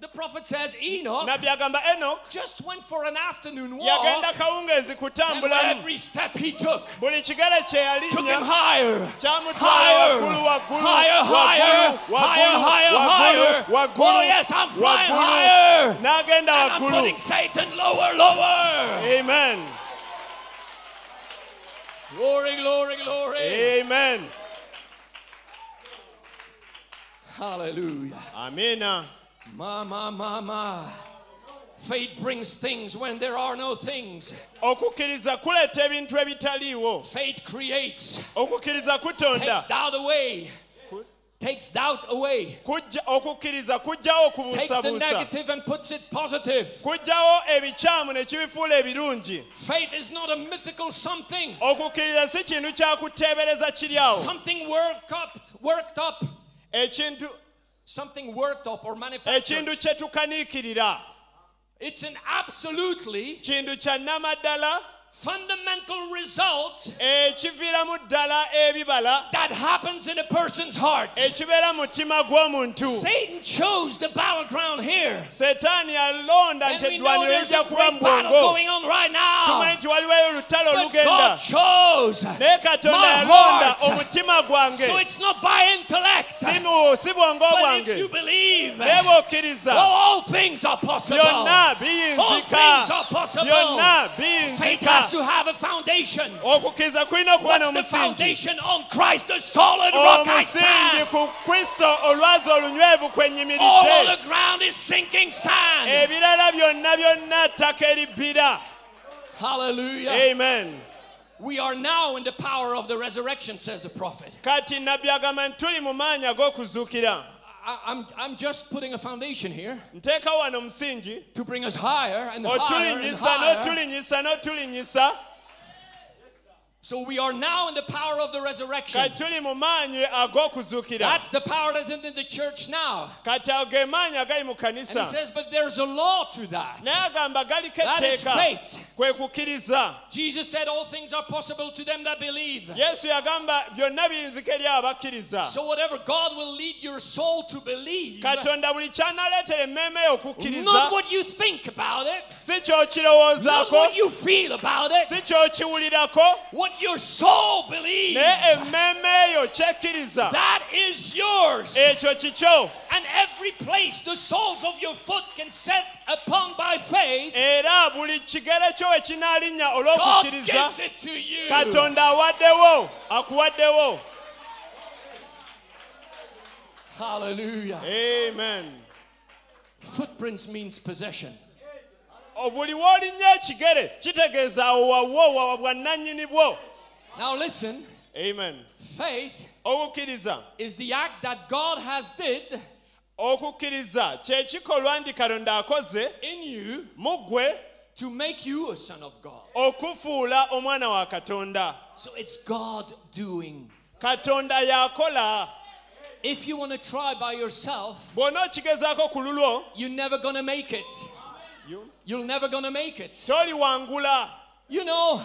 D: the prophet says Enoch
E: nabbi agamba enok
D: just went for an afternoon walk.
E: yagenda kawungeezi
D: And
E: kutambulamu
D: every step he took
E: buli kigere kye
D: took him
E: yalinnya
D: higher.
E: kyamutwala
D: higher,
E: waggulu waggulu
D: higher, higher,
E: waggulu
D: higher,
E: waggulu
D: higher,
E: waggulu
D: Oh, yes, I'm flying higher.
E: waggulu n'agenda
D: And I'm
E: waggulu
D: putting Satan lower,
E: Eh.
D: lower.
E: amen
D: Glory, glory,
E: Eh.
D: glory.
E: amen
D: Hallelujah.
E: amina
D: Ma, ma, ma, ma. Faith brings things when there are no things.
E: okukkiriza kuleeta ebintu ebitaliiwo
D: Faith creates,
E: okukkiriza kutonda
D: takes out away. takes doubt away,
E: Kujja- okukkiriza kugyawo
D: takes the
E: okubuusabuusa
D: negative and puts it positive.
E: kugyawo ebikyamu ne kibifuula ebirungi
D: Faith is not a mythical something,
E: okukkiriza si kintu kyakuteebereza kiri awo
D: something worked up, worked up,
E: ekintu
D: something worked up or manufactured.
E: ekintu kye tukaniikirira
D: It's an absolutely
E: kintu kya nnamaddala
D: fundamental result
E: ekiviiramu ddala ebibala
D: that happens in a person's heart.
E: ekibeera mu mutima gw'omuntu
D: Satan chose the battleground here.
E: setaani alonda
D: And
E: nti
D: we know
E: eddwaniro
D: there's
E: lijja
D: a
E: kuba mu
D: great battle
E: bwongo
D: going on right
E: tumanyi nti
D: now.
E: waliwo olutalo
D: But God
E: olugenda
D: chose.
E: naye katonda
D: oh, My
E: yalonda
D: heart.
E: omutima gwange
D: So it's not by intellect.
E: Si mu- si bwongo
D: But if you
E: bwange
D: believe,
E: naye
D: oh,
E: bw'okkiriza
D: all things are possible.
E: byonna
D: All things
E: biyinzika
D: are possible.
E: byonna
D: Faith
E: biyinzika
D: has to have a foundation.
E: okukkiriza kulina okuba
D: What's the
E: n'omusingi
D: foundation on Christ, the solid rock
E: omusingi
D: I stand?
E: ku kristo olwazi olunywevu
D: All
E: kwenyimiridde
D: on the ground is sinking sand.
E: ebirala byonna byonna ttaka eribbira
D: Hallelujah.
E: amen
D: We are now in the power of the resurrection, says the prophet.
E: kati nabbi agamba nti tuli mu maanyi ag'okuzuukira
D: I, I'm, I'm just putting a foundation here
E: nteeka wano omusingi
D: to bring us higher and
E: Oh,
D: higher and
E: otulinyisa
D: higher.
E: n'otulinyisa n'otulinyisa
D: So we are now in the power of the resurrection.
E: kati tuli mu maanyi ag'okuzuukira
D: That's the power that's in the church now.
E: kati ago ge maanyi agali mu
D: And he
E: kanisa
D: says, but there's a law to that.
E: naye agamba galiko
D: That is
E: etteeka
D: faith.
E: kwe kukkiriza
D: Jesus said, all things are possible to them that believe.
E: yesu yagamba byonna biyinzika eri abakkiriza
D: So whatever God will lead your soul to believe,
E: katonda buli ky'analeetera emmeeme ye
D: not
E: okukkiriza
D: what you think about it,
E: si
D: not
E: ky'okirowoozaako
D: what you feel about
E: si
D: it,
E: ky'okiwulirako
D: what your soul believes.
E: naye emmeeme eyo kyekkiriza
D: That is yours.
E: ekyo kikyo
D: And every place the soles of your foot can set upon by faith,
E: era buli kigere kyo ekinaalinnya
D: God
E: olw'okukkiriza
D: gives it to you.
E: katonda awaddewo akuwaddewo
D: Hallelujah.
E: amen
D: Footprints means possession.
E: obuli woolinnya ekigere kitegeeza awo wawwo wawa bwa nannyini bwo
D: Now listen,
E: amen
D: faith
E: okukkiriza
D: is the act that God has did
E: okukkiriza kye kikolwa ndi katonda akoze
D: in you
E: mu ggwe
D: to make you a son of God.
E: okufuula omwana wa katonda
D: So it's God doing.
E: katonda y'akola
D: If you want to try by yourself,
E: bw'ona okigezaako ku lulwo
D: you're never going to make it. You're never going to make it.
E: toliwangula
D: You know,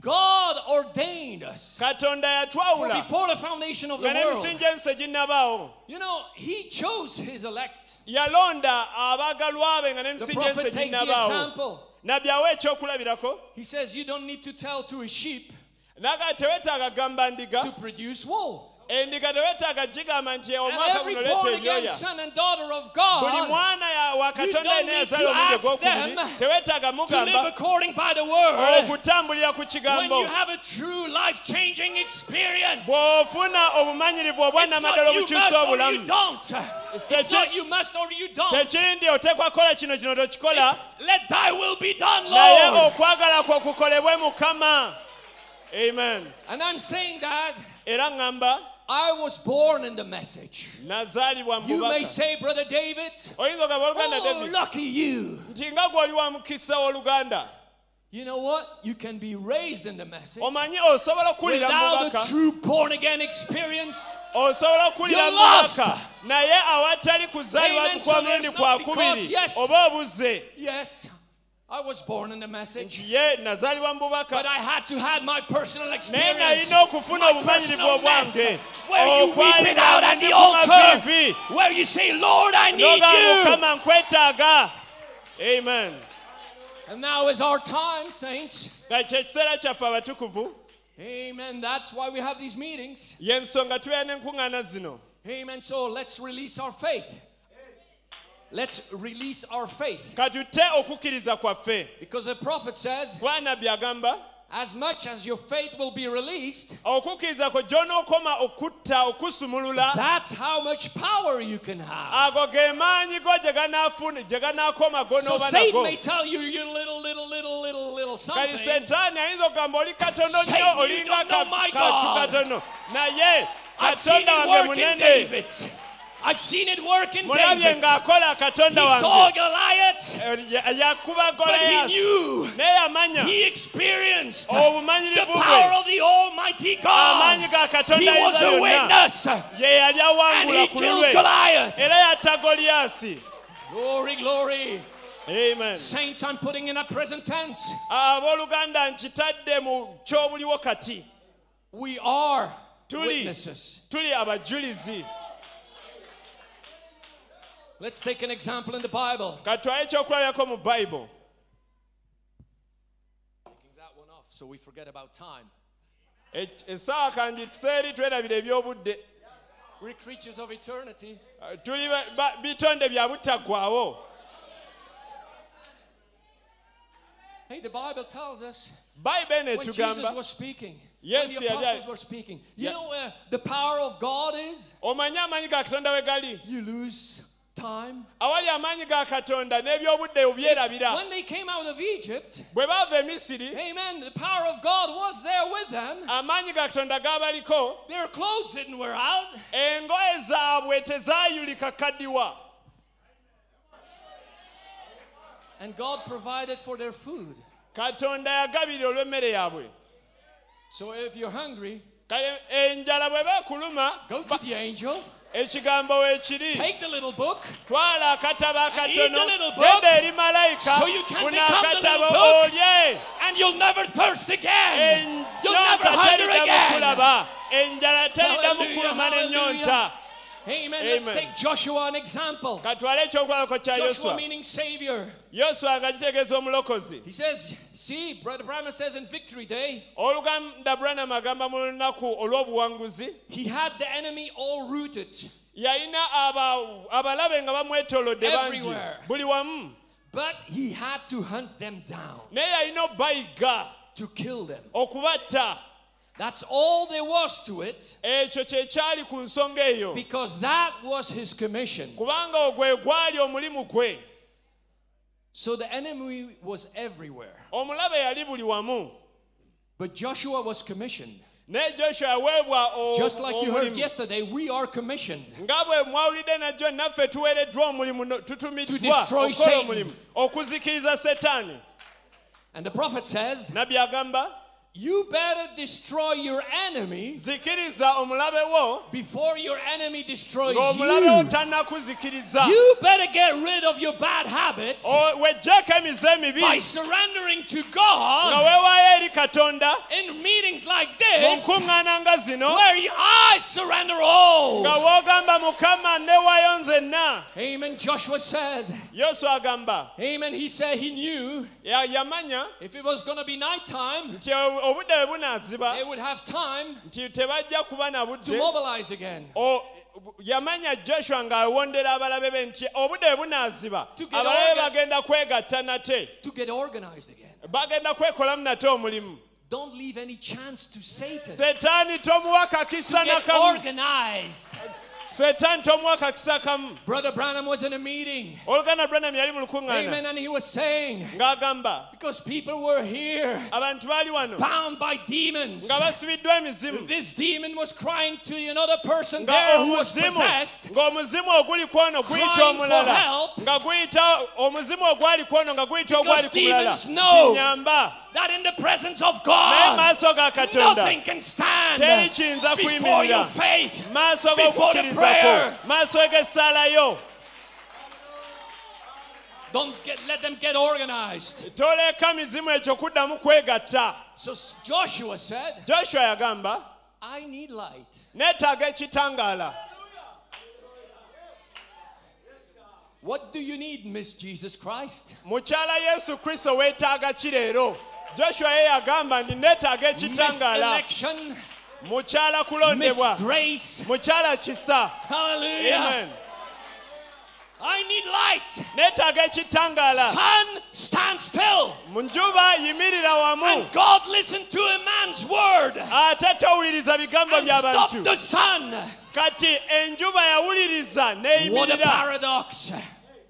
D: God ordained us
E: katonda yatwawula
D: before the foundation of the
E: nga
D: world.
E: n'emisingi ensi eginnabaawo
D: You know, he chose his elect.
E: yalonda abaagalwa be nga
D: The
E: n'emisingi ensi
D: prophet takes the
E: eginnabaawo
D: example.
E: nabbi awa ekyokulabirako
D: He says, You don't need to tell to a sheep
E: naga teweetaaga gamba
D: to
E: ndiga
D: produce wool.
E: endiga teweetaaga gigamba nti
D: And
E: omwaka
D: every
E: guno leeta
D: born again
E: ebyoya
D: son and daughter of
E: buli
D: God
E: mwana ya- wa katonda
D: don't
E: yena yazaala
D: need to
E: omwenge
D: ask them
E: gwokubiri teweetaaga
D: to live
E: mugamba
D: according by the word.
E: okutambulira ku
D: When you
E: kigambo
D: have a true life changing experience,
E: bw'ofuna obumanyirivu
D: it's
E: obwannamaddala
D: not you must
E: obukyusa
D: or you
E: obulamu
D: don't. It's not you must or you don't.
E: tekiri nti oteekwa kukola kino kino tokikola
D: Let thy will be done,
E: naye
D: Lord.
E: okwagala kwe kukolebwe mukama amen
D: And I'm saying that
E: era ŋŋamba
D: I was born in the message.
E: nazaalibwa
D: You may
E: mubaka
D: say, Brother David,
E: oyinza ogamba oluganda
D: oh,
E: david
D: lucky you.
E: nti nga gw'oli wa mukisa w'oluganda
D: You know what? You can be raised in the message
E: omanyi osobola okulira
D: without a
E: mubaka
D: true born again experience.
E: osobola okulira
D: You're lost.
E: mubaka naye awatali kuzaalibwa
D: Amen.
E: kukwa
D: So
E: mulundi
D: it's
E: kwa
D: not because,
E: kubiri
D: yes.
E: oba obuzze
D: Yes, I was born in the message,
E: ye nazaalibwa mu
D: but
E: bubaka
D: I had to have my personal
E: naye
D: experience.
E: nalina okufuna
D: my
E: obumanyirivu
D: personal
E: obwange
D: mess,
E: Oh,
D: Where you weep it out at the altar, where you say, Lord, I need
E: nogamba
D: you.
E: mukama nkwetaaga amen
D: And now is our time, saints.
E: nga kyekiseera kyaffe abatukuvu
D: Amen. That's why we have these meetings.
E: yensonga tubeera n'enkuŋŋaana zino
D: Amen. So let's release our faith. Let's release our faith.
E: katute okukkiriza kwaffe
D: Because the prophet says,
E: kuba nabbi agamba
D: as much as your faith will be released,
E: okukkiriza kwe gy'onookoma okutta okusumulula
D: that's how much power you can have.
E: ago ge maanyi go gye ganaafuna- gye ganaakoma
D: So
E: gonooba
D: Satan may
E: nago
D: tell you you're little, little, little, little, little
E: kali
D: something.
E: setaani ayinza okugamba oli katono
D: Satan,
E: nnyo
D: you
E: olinga
D: don't know my God."
E: katu katono naye
D: I've seen
E: katonda
D: it
E: wange
D: work in
E: munene
D: David. I've seen it work in
E: mulabye
D: David.
E: ng'akola
D: He
E: katonda
D: saw
E: wange
D: Goliath,
E: Eh, ya- yakuba
D: but he
E: goliyasi
D: knew.
E: naye yamanya
D: He experienced the
E: obumanyirivu
D: power
E: bwe
D: of the Almighty God.
E: amaanyi ga
D: He
E: katonda
D: was
E: ayinza
D: a
E: yonna
D: witness, and
E: ye yali awangula
D: he
E: ku
D: killed
E: lulwe
D: Goliath.
E: era yatta goliyasi
D: Glory, glory.
E: amen
D: Saints, I'm putting in a present tense.
E: abooluganda nkitadde mu ky'obuliwo kati
D: We are
E: Tuli.
D: witnesses.
E: tuli abajulizi
D: Let's take an example in the Bible.
E: katwaye ekyokulabirako mu bayibuli
D: Taking that one off so we forget about time.
E: Ek- E-, essaawa kangiseeri twerabira ebyobudde
D: We're creatures of eternity.
E: Uh, tuli ba- ba- bitonde bya butaggwawo
D: Hey, the Bible tells us
E: bayibuli eno
D: when Jesus
E: etugamba
D: was speaking,
E: Yes,
D: when the
E: yeah, yeah.
D: apostles were speaking, you
E: Yeah.
D: know where the power of God is?
E: omanye amaanyi ga katonda we gali
D: You lose time.
E: awali amaanyi ga katonda n'ebyobudde obyerabira
D: When they came out of Egypt,
E: bwe baava e emisiri
D: amen, the power of God was there with them.
E: amaanyi ga katonda gabaliko
D: Their clothes didn't wear out.
E: engoye zaabwe tezaayulika kaddiwa
D: And God provided for their food.
E: katonda yagabira olw'emmere yaabwe
D: So if you're hungry,
E: kale enjala bwe beekuluma
D: go to the angel,
E: ekigambo weekiri
D: take the little book,
E: twala akatabo akatono
D: the little book
E: genda eri malayika
D: so you can
E: funa
D: become the
E: akatabo
D: little book.
E: olye
D: and you'll never thirst again. You'll never
E: ennyonta
D: hunger
E: teriddamu
D: again.
E: kulaba enjala teriddamu
D: Hallelujah,
E: kuluma n'ennyonta
D: hallelujah. Amen. Let's
E: Amen.
D: take Joshua an example.
E: katwale ekyokulabako kya
D: Joshua
E: yoswa
D: meaning savior.
E: yoswa nga kitegeeza omulokozi
D: He says, see, Brother Brahma says in Victory Day,
E: oluganda branam agamba mu lunaku olw'obuwanguzi
D: he had the enemy all rooted.
E: yalina aba- abalabe nga bamwetolodde bangi
D: Everywhere.
E: buli wamu
D: But he had to hunt them down
E: naye yalina obayiga
D: to kill them.
E: okubatta
D: That's all there was to it
E: ekyo kye kyali ku nsonga eyo
D: because that was his commission.
E: kubanga ogwe gwali omulimu gwe
D: So the enemy was everywhere.
E: omulabe yali buli wamu
D: But Joshua was commissioned.
E: naye joshua yaweebwa o-
D: Just like you heard
E: omulimu
D: yesterday, we are commissioned.
E: nga bwe mwawulidde najjo naffe tuweereddwa omulimu no-
D: To
E: tutumiddwa
D: destroy
E: okukola
D: Satan.
E: omulimu okuzikiriza setaani
D: And the prophet says,
E: nabbi agamba
D: You better destroy your enemy
E: zikiriza omulabe wo
D: before your enemy destroys
E: ng'omulabe wo
D: you.
E: tannakuzikiriza
D: You better get rid of your bad habits
E: O- weggyeko emize emibi
D: by surrendering to
E: nga
D: God
E: weewaayo eri katonda
D: in meetings like
E: mu
D: this
E: nkuŋŋaana nga zino
D: where you, I surrender
E: nga
D: all.
E: woogamba mukama neewaayo nzenna
D: Amen. Joshua says,
E: yoswa agamba
D: Amen. He said he knew
E: ya- yamanya
D: if it was going to be nighttime,
E: nti obudde bwe bunaaziba
D: they would have time
E: nti tebajja kuba na
D: to
E: budde
D: mobilize again.
E: O- yamanya joshua ng'awondera abalabe be nti obudde bwe bunaaziba
D: To get
E: abalabe
D: orga-
E: bagenda kwegatta nate
D: to get organized again.
E: bagenda kwekolamu nate omulimu
D: Don't leave any chance to Satan.
E: setaani tomuwa kakisa
D: Get
E: nakamu
D: organized.
E: setaani tomuwa kakisa kamu
D: Brother Branham was in a meeting.
E: oluganda branam yali mu
D: Amen.
E: lukuŋŋaana
D: And he was saying,
E: ng'agamba
D: because people were here,
E: abantu baali wano
D: bound by demons.
E: nga basibiddwa emizimu
D: [CLEARS THROAT] This demon was crying to another person
E: nga
D: there who was
E: omuzimu
D: possessed.
E: ng'omuzimu oguli kwono guyita
D: Crying for
E: omulala
D: help.
E: nga guyita omuzimu ogwali kwono nga guyita ogwali
D: Because
E: ku mulala
D: demons know.
E: kinyamba
D: That in the presence of
E: naye
D: God,
E: maaso ga katonda
D: nothing can stand
E: teri kiyinza
D: before your
E: kuyimirira
D: faith.
E: maaso
D: Before the
E: g'okukkirizako
D: prayer.
E: maaso g'essaalayo
D: Don't get, let them get organized.
E: toleka mizimu ekyo kuddamu kwegatta
D: So Joshua said,
E: joshua yagamba
D: I need light.
E: neetaaga ekitangaala
D: What do you need, Miss Jesus Christ?
E: mukyala yesu kristo weetaaga ki leero joshua ye yagamba nti neetaaga
D: Miss
E: ekitangaala
D: election,
E: mukyala
D: Miss
E: kulondebwa
D: grace.
E: mukyala kisa
D: Hallelujah.
E: amen
D: I need light.
E: neetaaga ekitangaala
D: Sun, stand still.
E: mu njuba yimirira wamu
D: And God listen to a man's word.
E: ate towuliriza bigambo
D: And stop
E: by'abantu
D: the sun.
E: kati enjuba yawuliriza
D: What a
E: neeyimirira
D: paradox.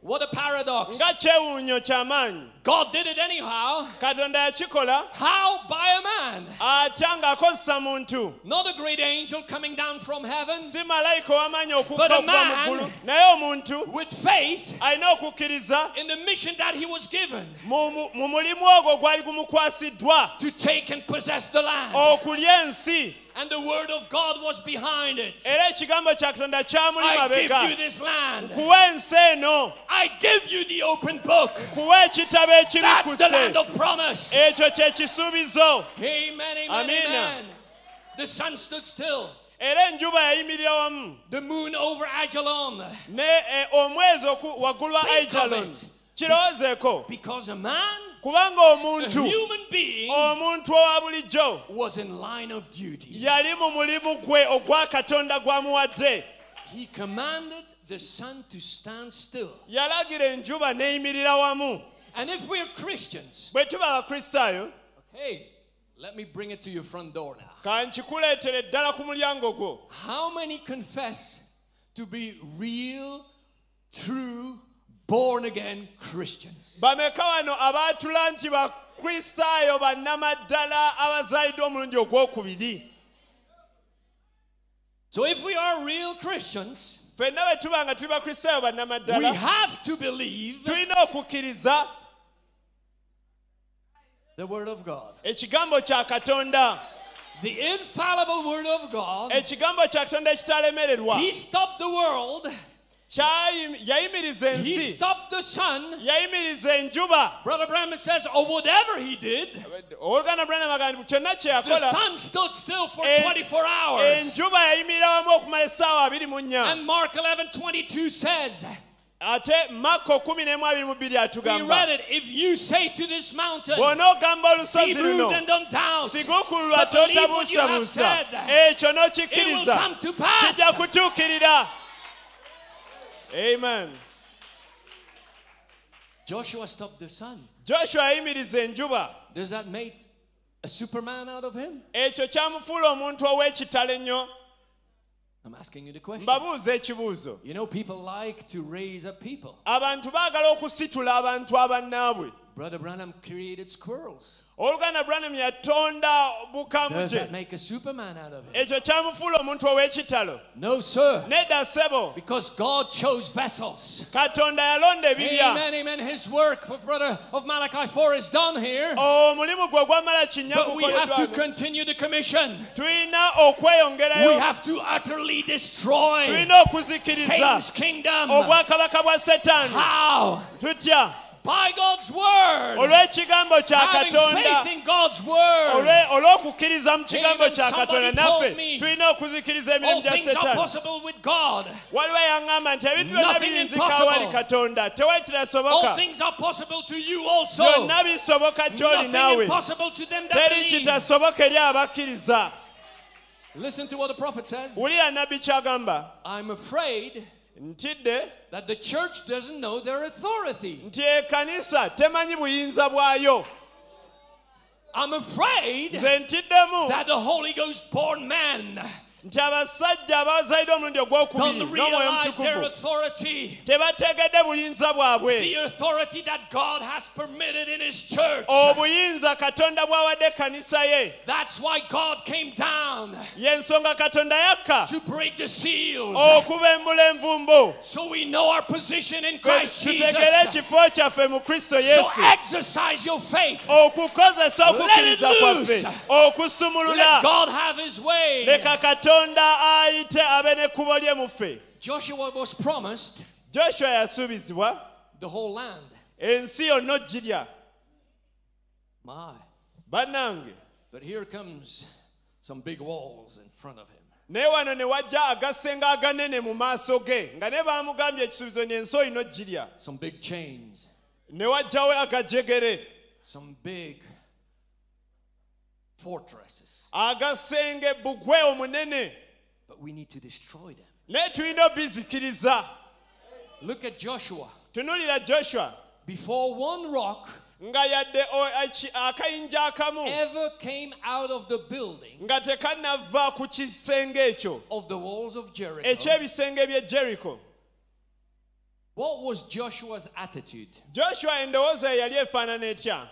D: What a paradox.
E: nga kyewuunyo ky'amaanyi
D: God did it anyhow.
E: katonda yakikola
D: How? By a man.
E: atya ng'akozesa muntu
D: Not a great angel coming down from heaven
E: si malayika ow'amaanyi
D: But
E: okukka okuva
D: a
E: mu
D: man-
E: ggulu naye omuntu
D: with faith
E: alina okukkiriza
D: in the mission that he was given
E: mu mu- mu mulimu ogwo gwali gumukwasiddwa
D: to take and possess the land.
E: okulya ensi
D: And the word of God was behind it.
E: era ekigambo kya katonda kyamuli
D: I give you
E: mabega
D: this land.
E: kuwa ensi eno
D: I give you the open book.
E: kuwa ekitabo
D: That's the
E: ekibikkuse
D: land of promise.
E: ekyo kye kisuubizo
D: Amen, amen,
E: Amen.
D: amen. The sun stood still.
E: era enjuba yayimirira wamu
D: The moon over Ajalon.
E: ne eh, omwezi oku- waggulu wa
D: Think of
E: aijalon
D: it.
E: kirowoozeeko
D: Because a man,
E: kubanga
D: a
E: omuntu
D: human being,
E: omuntu owa bulijjo
D: was in line of duty.
E: yali mu mulimu gwe ogwa katonda gwamuwadde
D: He commanded the sun to stand still.
E: yalagira enjuba neyimirira wamu
D: And if we are Christians,
E: bwe tuba abakristaayo
D: okay, let me bring it to your front door now.
E: kankikuleetere ddala ku mulyango gwo
D: How many confess to be real, true, born again Christians?
E: bameka wano abaatula nti bakristaayo bannamaddala abazaaliddwa omulundi ogwokubiri
D: So if we are real Christians,
E: ffenna bwe tuba nga tuli bakristaayo
D: we
E: bannamaddala
D: have to believe
E: tulina okukkiriza
D: the word of God.
E: ekigambo kya katonda
D: The infallible word of God.
E: ekigambo kya katonda ekitalemererwa
D: He stopped the world.
E: Kyayim- yayimiriza
D: He
E: ensi
D: stopped the sun.
E: yayimiriza enjuba
D: Brother Bramman says, or whatever he did,
E: owooluganda bulana bagandi kyonna kye
D: the
E: yakola
D: sun stood still for
E: En-
D: 24 hours.
E: enjuba yayimirira wamu okumala essaawa abiri mu nnya
D: And Mark 11 22 says,
E: ate mako 1
D: We read
E: atugamba
D: it. If you say to this mountain,
E: bw'ona ogamba
D: be
E: olusozi
D: moved
E: luno
D: and don't doubt,
E: sigukululwa
D: but believe what you have
E: totabuusabuusa
D: said,
E: ekyo
D: it will
E: n'okikkiriza
D: come to pass.
E: kijja kutuukirira amen
D: Joshua stopped the sun.
E: joshua yayimiriza enjuba
D: Does that make a superman out of him?
E: ekyo kyamufuula omuntu ow'ekitalo ennyo
D: I'm asking you the question.
E: mbabuuza ekibuuzo
D: You know, people like to raise up people.
E: abantu baagala okusitula abantu abannaabwe
D: Brother Branham created squirrels.
E: oluganda branam yatonda bukambwe
D: Does
E: gye
D: that make a Superman out of it?
E: ekyo kyamufuula omuntu ow'ekitalo
D: No, sir.
E: nedda sebo
D: Because God chose vessels.
E: katonda yalonda ebibya
D: Amen, amen. His work for brother of Malachi 4 is done here.
E: Oh, omulimu gwe ogwa malaki nnya
D: Oh, But we have to
E: gukoleddwano
D: continue the commission.
E: tulina
D: We
E: okweyongerayo
D: have to utterly destroy
E: tulina okuzikiriza
D: Satan's kingdom.
E: obwakabaka bwa setaani
D: How?
E: tutya
D: By God's word.
E: olw'ekigambo kya
D: Having
E: katonda
D: faith in God's word.
E: Olwe- olw'okukkiriza mu kigambo
D: Even
E: kya katonda
D: somebody
E: naffe
D: told me,
E: tulina okuzikiriza emirimu
D: All
E: gya
D: things are
E: setaani
D: possible with God.
E: waliwo yaŋŋamba nti ebintu byonna
D: Nothing
E: biyinzika
D: impossible.
E: awali katonda tewali
D: All
E: kirasoboka
D: things are possible to you also.
E: byonna bisoboka gy'oli
D: Nothing
E: naawe
D: impossible to them that
E: teri
D: believe.
E: kitasoboka eri abakkiriza
D: Listen to what the prophet says.
E: wulira nabbi kyagamba
D: I'm afraid
E: ntidde
D: that the church doesn't know their authority.
E: nti ekanisa temanyi buyinza bwayo
D: I'm afraid
E: nze ntiddemu
D: that the Holy Ghost born man
E: nti abasajja abazalidde omulundi ogwokubiri
D: don't
E: n'omwoyo
D: realize their
E: omutukuvu
D: authority.
E: tebategedde buyinza
D: The
E: bwabwe
D: authority that God has permitted in His church.
E: Oh, obuyinza katonda bwawadde ekkanisa ye
D: That's why God came down
E: y'ensonga katonda yakka e
D: to break the
E: Oh,
D: seals.
E: okubembula envumbo
D: So we know our position in
E: Ffe
D: Christ
E: tutegere
D: Jesus.
E: ekifo kyaffe mu kristo
D: So
E: yesu
D: exercise your
E: Oh,
D: faith.
E: okukozesa okukkiriza
D: Let it
E: kwaffe
D: loose. Let
E: okusumulula
D: God have His way.
E: leka katonda ayite abe n'ekkubo lye mu ffe
D: Joshua was promised
E: joshua yasuubizibwa
D: the whole land.
E: ensi yonna ogirya
D: My.
E: bannange
D: But here comes some big walls in front of him.
E: naye wano ne wajja agasenga aganene mu maaso ge nga ne baamugambye ekisuubizo nti ensi olina ogirya
D: Some big chains,
E: ne wajjawo agajegere
D: some big fortresses.
E: agasenga ebbugwe omunene
D: But we need to destroy them.
E: naye tulina obizikiriza
D: Look at Joshua.
E: tunulira joshua
D: Before one rock
E: nga yadde o- aki- akayinja akamu
D: ever came out of the building
E: nga tekanava ku kisenge ekyo
D: of the walls of Jericho,
E: eky'ebisenge by'e jeriko
D: What was Joshua's attitude?
E: joshua endowooza ye yali efaanana etya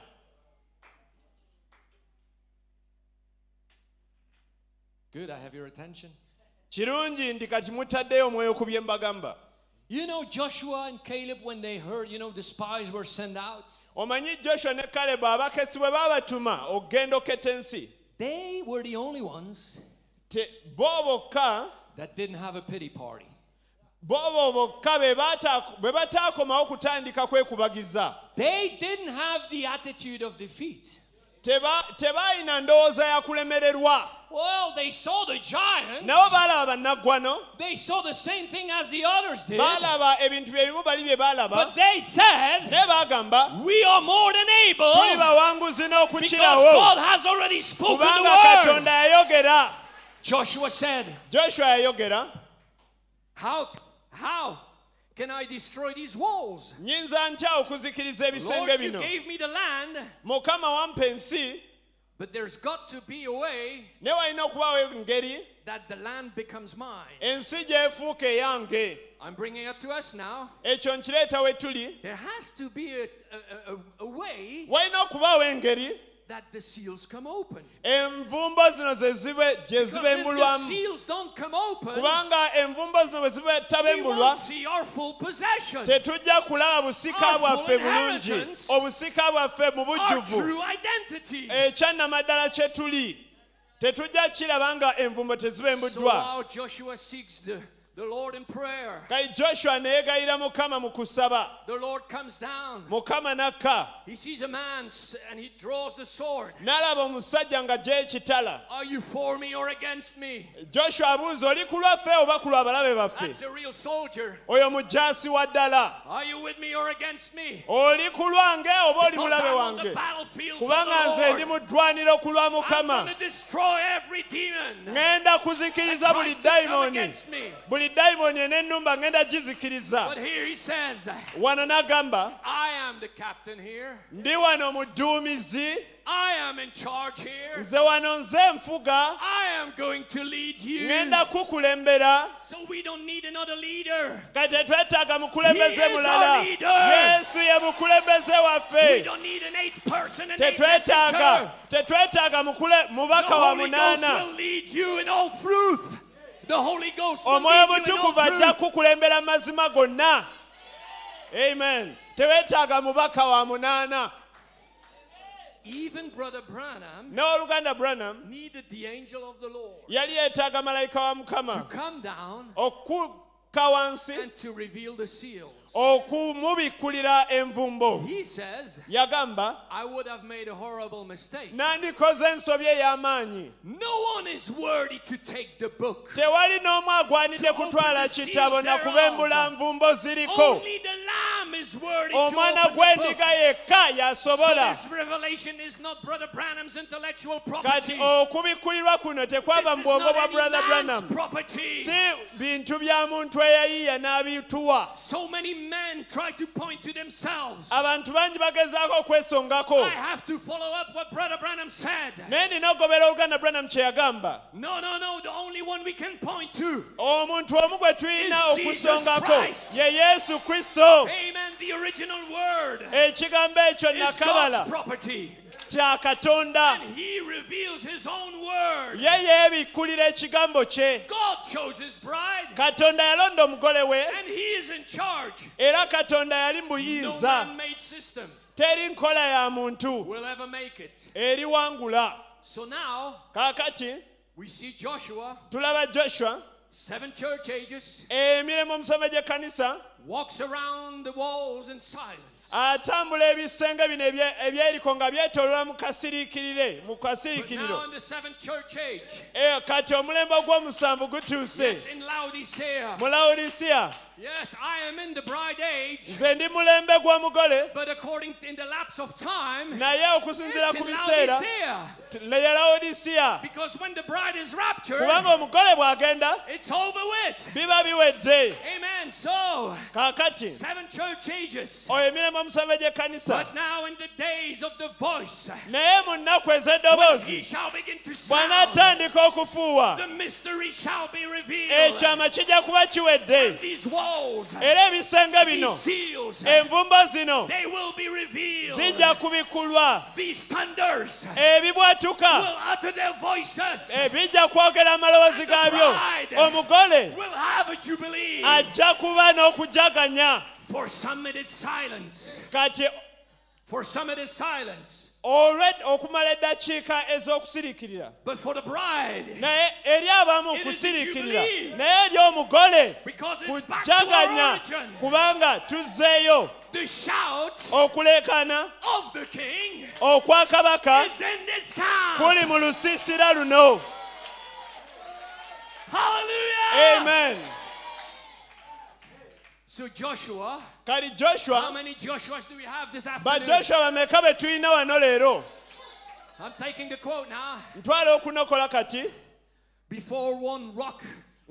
D: Good, I have your attention.
E: kirungi nti kati mutaddeyo omwoyo ku bye mbagamba
D: You know, Joshua and Caleb, when they heard, you know, the spies were sent out,
E: omanyi joshua ne kalebu abakesi bwe baabatuma okugenda oketta ensi
D: they were the only ones
E: te- bo bokka
D: that didn't have a pity party.
E: bobo bokka be bataako- be bataakomawo kutandika kwekubagiza
D: They didn't have the attitude of defeat.
E: Teba- tebaayina ndowooza ya kulemererwa
D: Well, they saw the giants.
E: nabo baalaba bannaggwano
D: They saw the same thing as the others did.
E: baalaba ebintu bye bimu bali bye
D: But
E: baalaba
D: they said,
E: naye baagamba
D: We are more than able
E: tuli
D: because
E: bawanguzi n'okukirawo
D: God has already spoken
E: kubanga
D: the word.
E: katonda yayogera
D: Joshua said,
E: joshua yayogera
D: How, how can I destroy these walls?
E: nyinza ntya okuzikiriza ebisenge
D: Lord, you
E: bino
D: gave me the land,
E: mukama wampa ensi
D: but there's got to be a way
E: ne walina okubaawo engeri
D: that the land becomes mine.
E: ensi gyefuuka eyange
D: I'm bringing it to us now.
E: ekyo nkireeta we tuli
D: There has to be a, a, a, a way
E: walina okubaawo engeri
D: that the seals come open.
E: envumbo zino ze zibe gye
D: Because if the
E: zibembulwamu
D: seals don't come open,
E: kubanga envumbo zino bwe zibe
D: we won't
E: tabembulwa
D: see our full possession,
E: tetujja kulaba busika
D: Our full
E: bwaffe bulungi
D: inheritance.
E: obusika bwaffe mu
D: our
E: bujjuvu
D: true identity.
E: ekyanamaddala kye tuli tetujja kiraba nga envumbo
D: So
E: tezibembuddwa
D: now Joshua seeks the, the Lord in prayer.
E: kale joshua neyegayira mukama mu kusaba
D: The Lord comes down.
E: mukama n'akka
D: He sees a man s- and he draws the sword.
E: n'alaba omusajja nga gy'ekitala
D: Are you for me or against me?
E: joshua abuuza oli ku lwaffe oba ku lw'abalabe
D: That's
E: baffe
D: a real soldier.
E: oyo mujaasi wa ddala
D: Are you with me or against me?
E: oli ku lwange oba oli
D: Because
E: mulabe
D: I'm on the
E: wange
D: battlefield for
E: kubanga nze ndi
D: the Lord.
E: mu ddwaniro ku lwa
D: I'm
E: mukama
D: going to destroy every demon.
E: ŋŋenda
D: that
E: kuzikiriza buli
D: tries to come
E: dayimoni
D: against me.
E: buli dayimoni en'ennumba ŋŋenda gizikiriza
D: But here he says,
E: wano n'agamba
D: I am the captain here.
E: ndi wano muduumizi
D: I am in charge here.
E: nze wano nze nfuga
D: I am going to lead you.
E: ŋŋenda kukulembera
D: So we don't need another leader.
E: kati tetwetaaga
D: He
E: mukulembeze
D: is
E: mulala
D: our leader.
E: yesu ye mukulembeze
D: We
E: waffe
D: don't need an eighth person, an eighth messenger.
E: tetwetaaga tetwetaaga mukule-
D: The
E: mubaka wa
D: Holy Ghost
E: munaana
D: will lead you in all truth. The Holy Ghost will
E: omwoyo
D: lead you in
E: mutukuvu
D: all
E: ajja
D: truth.
E: kukulembera mazima gonna amen tewetaaga mubaka wa munaana
D: Even Brother Branham
E: n'oluganda branham
D: needed the angel of the Lord
E: yali yeetaaga malayika wa
D: to
E: mukama
D: come down
E: okukka wansi
D: and to reveal the seals.
E: okumubikkulira envumbo
D: He says,
E: yagamba
D: I would have made a horrible mistake.
E: nandikoze ensobi ey'amaanyi
D: No one is worthy to take the book.
E: tewali n'omu agwanidde kutwala kitabo na kubembula nvumbo ziriko
D: Only the Oh, Lamb is worthy to
E: omwana
D: open the book.
E: gw'endiga yekka
D: So
E: yasobola
D: this revelation is not Brother Branham's intellectual property.
E: kati oh, okubikkulirwa kuno
D: This
E: tekwava
D: is
E: mu bwongo
D: not
E: bwa
D: any
E: brother
D: man's
E: branham
D: property.
E: si bintu bya muntu eyayiiya n'abituwa
D: So many men try to point to themselves.
E: abantu bangi bagezaako okwesongako
D: I have to follow up what Brother Branham said.
E: naye nina okugobera oluganda branham kye yagamba
D: No, no, no. The only one we can point to.
E: omuntu omu gwe tulina
D: Is Jesus
E: okusongako
D: Christ.
E: ye yesu kristo
D: Amen. The original word
E: ekigambo ekyo
D: is
E: nakabala
D: God's property.
E: kya katonda
D: And he reveals his own word.
E: ye yeebikkulira ekigambo kye
D: God chose his bride.
E: katonda yalonda omugole we
D: And he is in charge.
E: era katonda yali
D: No
E: mbuyinza
D: man made system
E: teri nkola ya muntu
D: will ever make it.
E: eriwangula
D: So now
E: kaakati
D: we see Joshua,
E: tulaba joshua
D: seven church ages,
E: emiremu omusome gy'ekkanisa
D: walks around the walls in silence.
E: Ah, atambula ebisenge bino ebye- ebyeriko nga byetolola mu kasiriikirire mu
D: But now
E: kasiriikiriro
D: in the seventh church age,
E: Eh, kati omulembe ogw'omusanvu gutuuse
D: yes, in Laodicea,
E: mu lawodisiya
D: yes, I am in the bride age,
E: nze ndi mulembe gw'omugole
D: but according to, in the lapse of time,
E: naye okusinziira
D: it's
E: ku
D: in
E: biseera
D: Laodicea.
E: leyalawodisiya
D: Because when the bride is raptured,
E: kubanga omugole bw'agenda
D: it's over with.
E: biba biwedde
D: Amen. So,
E: kaakati
D: seven church ages.
E: oyo emiremu omusanvu gy'ekkanisa
D: But now in the days of the voice,
E: naye mu nnaku
D: when
E: ez'eddoboozi
D: he shall begin to sound,
E: bw'anaatandika okufuuwa
D: the mystery shall be revealed.
E: ekyama kijja kuba kiwedde
D: These walls,
E: era ebisenge
D: these
E: bino
D: seals,
E: envumbo zino
D: they will be revealed.
E: zijja kubikulwa
D: These thunders will
E: ebibwatuka
D: utter their voices.
E: ebijja kwogera amaloboozi gaabyo omugole
D: Will have a jubilee.
E: ajja kuba n'okujaganya
D: For some it is silence.
E: kati
D: For some it is silence.
E: olwe- okumala eddakiika ez'okusirikirira
D: But for the bride,
E: naye eri abamu
D: It is a
E: kusirikirira
D: jubilee.
E: naye eri omugole
D: because it's back to our
E: kujaganya
D: origin,
E: kubanga tuzzeeyo
D: the shout
E: okuleekana
D: of the king
E: okwa kabaka
D: is in this town.
E: kuli mu lusiisira luno
D: Hallelujah.
E: amen
D: So Joshua,
E: kali
D: how
E: joshua
D: many Joshuas do we have this afternoon?
E: bajoshua bameka be tulina wano leero
D: I'm taking the quote now.
E: ntwala okunokola kati
D: Before one rock,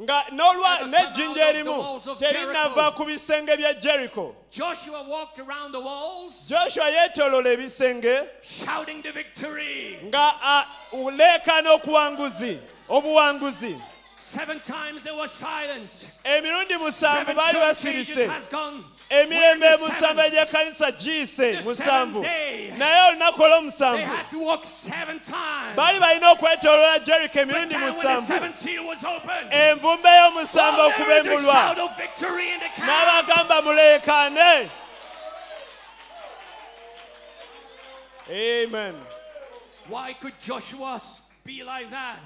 E: nga n'olwa
D: Ever come out
E: n'ejjinja
D: of the
E: erimu
D: walls of
E: terinava
D: Jericho.
E: ku bisenge bya jeriko
D: Joshua walked around the walls
E: joshua yeetoolola ebisenge
D: shouting the victory.
E: nga a- uleekaana okuwanguzi obuwanguzi
D: Seven times there was silence.
E: emirundi musanvu
D: Seven
E: baali
D: church ages
E: basirise
D: has gone.
E: emirembe
D: Where the
E: musanvu
D: seventh?
E: egy'ekkanisa giyise
D: The
E: musanvu
D: seventh day.
E: naye olunaku
D: They
E: olw'omusanvu
D: had to walk seven times.
E: baali balina okwetooloola jeriko
D: But
E: emirundi
D: then when the
E: musanvu
D: seventh seal was opened,
E: envumba ey'omusanvu
D: well, there is a
E: okubembulwa
D: shout of victory in the camp.
E: n'abagamba muleekaane amen
D: Why could Joshua be like that?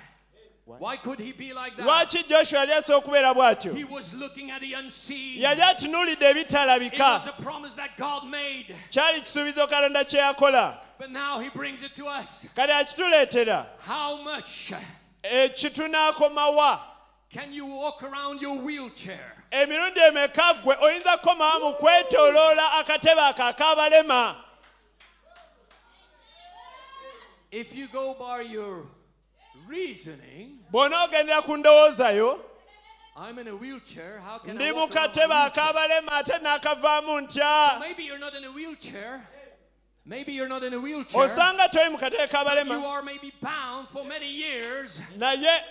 D: Why could he be like that?
E: lwaki joshua yali asobola okubeera bw'atyo
D: He was looking at the unseen.
E: yali atunuulidde
D: It
E: ebitalabika
D: was a promise that God made,
E: kyali kisuubizo katonda kye yakola
D: but now he brings it to us.
E: kati akituleetera
D: How much
E: ekitunakomawa
D: can you walk around your wheelchair?
E: emirundi emeka ggwe oyinza kukomawo mu kwetooloola akatebe ako ak'abalema
D: If you go by your reasoning,
E: bw'onoogendera ku ndowoozayo
D: I'm in a wheelchair, how can
E: ndi
D: I
E: mu
D: walk around
E: katebe
D: my wheelchair?
E: ak'abalema ate n'akavaamu ntya
D: Maybe you're not in a wheelchair. Maybe you're not in a wheelchair.
E: osanga toli mu katebe
D: You
E: k'abalema
D: are maybe bound for many years.
E: naye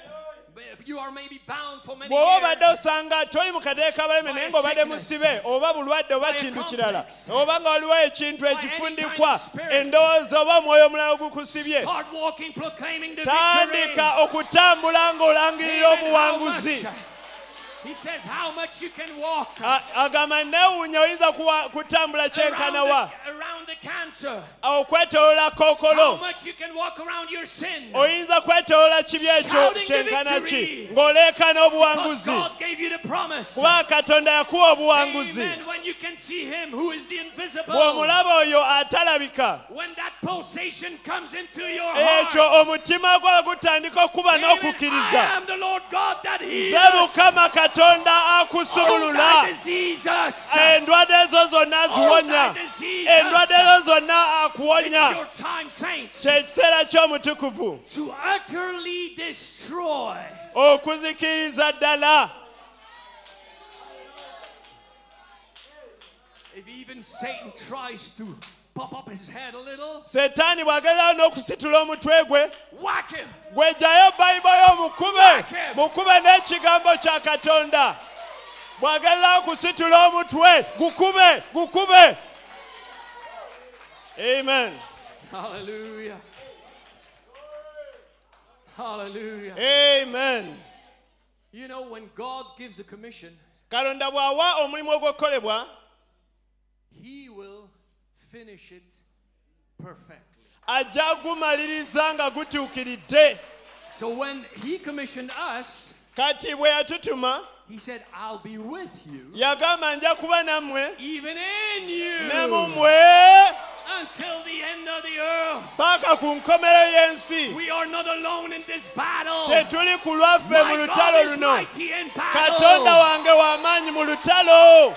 D: But if You are maybe bound for many
E: bw'oba
D: years.
E: obadde osanga toli mu katebe k'abalema naye ng'obadde musibe oba bulwadde oba kintu kirala oba nga waliwo ekintu ekifundikwa endowooza oba omwoyo omulala ogukusibye
D: Start walking, proclaiming the
E: tandika
D: victory.
E: okutambula
D: Even
E: ng'olangirira
D: how
E: obuwanguzi
D: much- He says how much you can walk
E: A- agamba neewuunya oyinza kuwa- kutambula
D: around
E: kyenkana wa
D: the, around the cancer.
E: okwetoloola
D: How
E: kookolo
D: much you can walk around your sin.
E: oyinza kwetoloola kibi ekyo
D: Shouting the
E: kyenkana ki
D: victory.
E: ng'oleekana
D: Because
E: obuwanguzi
D: God gave you the promise.
E: kuba katonda yakuwa obuwanguzi
D: Amen. When you can see Him who is the invisible.
E: bw'omulaba oyo atalabika
D: When that pulsation comes into your
E: Eh,
D: heart.
E: ekyo omutima gwa gutandika okuba
D: David, I
E: n'okukkiriza
D: am the Lord God that Oh,
E: ze
D: heals.
E: mukama katonda
D: All thy
E: akusumulula
D: diseases.
E: endwadde ezo zonna
D: All thy
E: ziwonya
D: diseases.
E: endwadde ezo zonna
D: It's
E: akuwonya
D: your time, saints,
E: kyekiseera ky'omutukuvu
D: to utterly destroy
E: okuzikiriza ddala
D: if even Satan tries to pop up his head a little,
E: setaani bw'agezawo n'okusitula omutwe gwe
D: whack him.
E: gwejayo bayibayo omukube mukube n'ekigambo kya katonda bw'agezawo kusitula omutwe gukube gukube amen
D: Hallelujah. Hallelujah.
E: amen
D: You know, when God gives a commission,
E: katonda bw'awa omulimu ogw'okukolebwa
D: He will finish it perfectly.
E: ajja gumaliriza nga gutuukiridde
D: So when He commissioned us,
E: kati bwe yatutuma
D: He said, I'll be with you.
E: yagamba nja kuba nammwe
D: even in you
E: ne mu mmwe
D: until the end of the earth.
E: paaka ku nkomero y'ensi
D: We are not alone in this battle.
E: tetuli ku lwaffe mu
D: My
E: lutalo
D: God is
E: luno
D: mighty Oh. in battle.
E: katonda wange w'amaanyi mu lutalo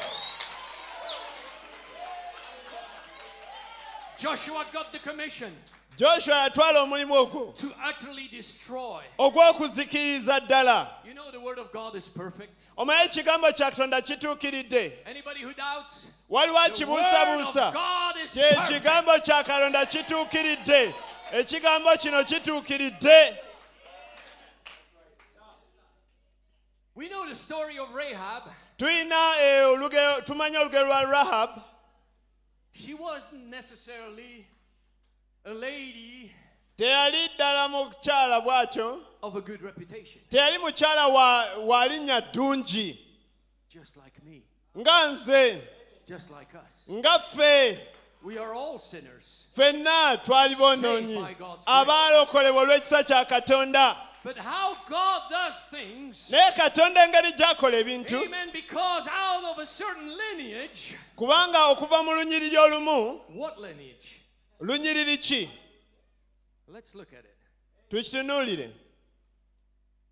D: Joshua got the commission
E: joshua yatwala omulimu ogwo
D: to utterly destroy.
E: ogw'okuzikiriza ddala
D: You know the word of God is perfect.
E: omanyi ekigambo kya katonda kituukiridde
D: Anybody who doubts,
E: waliwo
D: the word of
E: akibuusabuusa
D: God is perfect.
E: kyekigambo kya katonda kituukiridde ekigambo kino kituukiridde
D: We know the story of Rahab.
E: tulina eh, olugero tumanyi olugero lwa rahabu
D: She wasn't necessarily a lady
E: teyali ddala mukyala bw'atyo
D: of a good reputation,
E: teyali mukyala wa, wa linnya ddungi
D: just like me,
E: nga nze
D: just like us.
E: nga ffe
D: We are all sinners.
E: ffenna twali bonoonyi abaalokolebwa olw'ekisa kya katonda
D: But how God does things,
E: naye katonda engeri gy'akola ebintu
D: amen, because out of a certain lineage,
E: kubanga okuva mu lunyiriri olumu
D: what lineage?
E: lunyiriri ki
D: Let's look at it.
E: tukitunuulire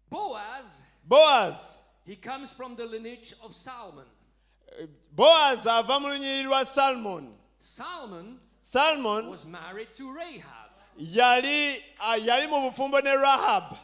D: Boaz,
E: bowazi
D: he comes from the lineage of Salmon.
E: bowazi ava mu lunyiriri lwa salmoni
D: Salmon
E: salmon
D: was married to Rahab.
E: yali ah, yali mu bufumbo ne rahabu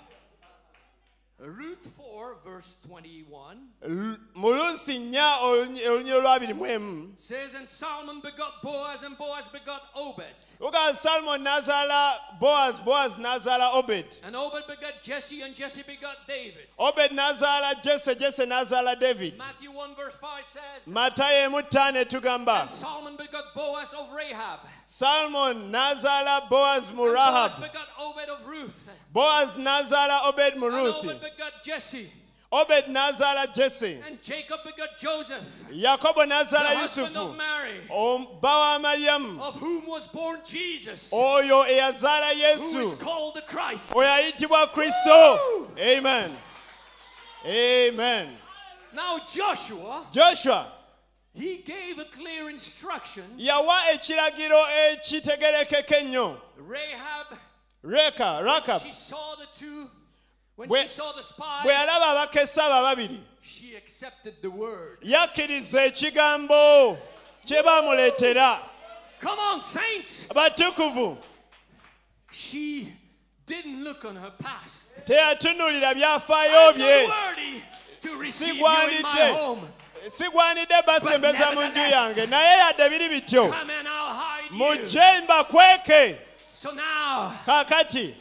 D: Ruth 4, verse 21
E: Lu- mu luusi nnya olunyi- olunyiriri lwa abiri mu emu
D: says, And Solomon begot Boaz, and Boaz begot Obed.
E: luga salmoni n'azaala bowazi bowazi n'azaala obed
D: And Obed begot Jesse, and Jesse begot David.
E: obed n'azaala jese jese n'azaala david
D: Matthew 1, verse 5 says,
E: matayo emu ttaano etugamba
D: And Solomon begot Boaz of Rahab.
E: salmoni n'azaala bowazi mu
D: And Boaz
E: rahabu
D: begot Obed of Ruth.
E: bowazi n'azaala obed mu
D: And
E: ruthi
D: Obed begot Jesse.
E: obed n'azaala jese
D: And Jacob begot Joseph,
E: yakobo
D: the
E: n'azaala
D: husband of
E: yusufu
D: Mary,
E: om- bba wa maryamu
D: of whom was born Jesus,
E: oyo eyazaala
D: who is
E: yesu
D: called the Christ.
E: oyo ayitibwa kristo amen amen
D: Now Joshua,
E: joshua
D: he gave a clear instruction.
E: yawa ekiragiro ekitegerekeka ennyo
D: Rahab,
E: reka rakab
D: she saw the two. When
E: Bwe-
D: she saw the spies,
E: bwe yalaba abakesa abo ababiri
D: she accepted the word.
E: yakkiriza ekigambo kye bamuleetera
D: Come on, saints!
E: batukuvu
D: She didn't look on her past.
E: teyatunuulira byafaayo
D: I'm
E: bye
D: not worthy to receive you in my
E: Sigwanidde.
D: home.
E: sigwanidde basembeza mu nju yange naye yadde biri bityo
D: Come and I'll hide you.
E: mujje mbakweke
D: So now,
E: kaakati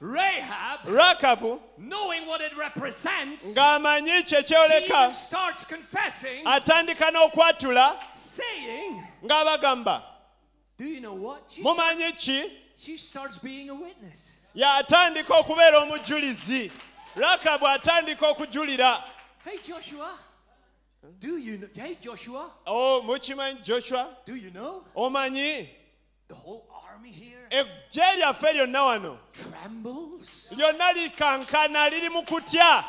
D: Rahab,
E: rakabu
D: knowing what it represents,
E: ng'amanyi kye
D: she even
E: kyoleka
D: starts confessing,
E: atandika n'okwatula
D: saying,
E: ng'abagamba
D: Do you know what? She,
E: mumanyi ki
D: she starts being a witness.
E: y'atandika okubeera omujulizi rakabu atandika okujulira
D: Hey, Joshua. Do you know? Hey, Joshua.
E: o "Oh, mukimanyi joshua
D: Do you know?
E: omanyi
D: The whole army here
E: eggye lyaffe lyonna wano
D: trembles.
E: lyonna likankana liri mu kutya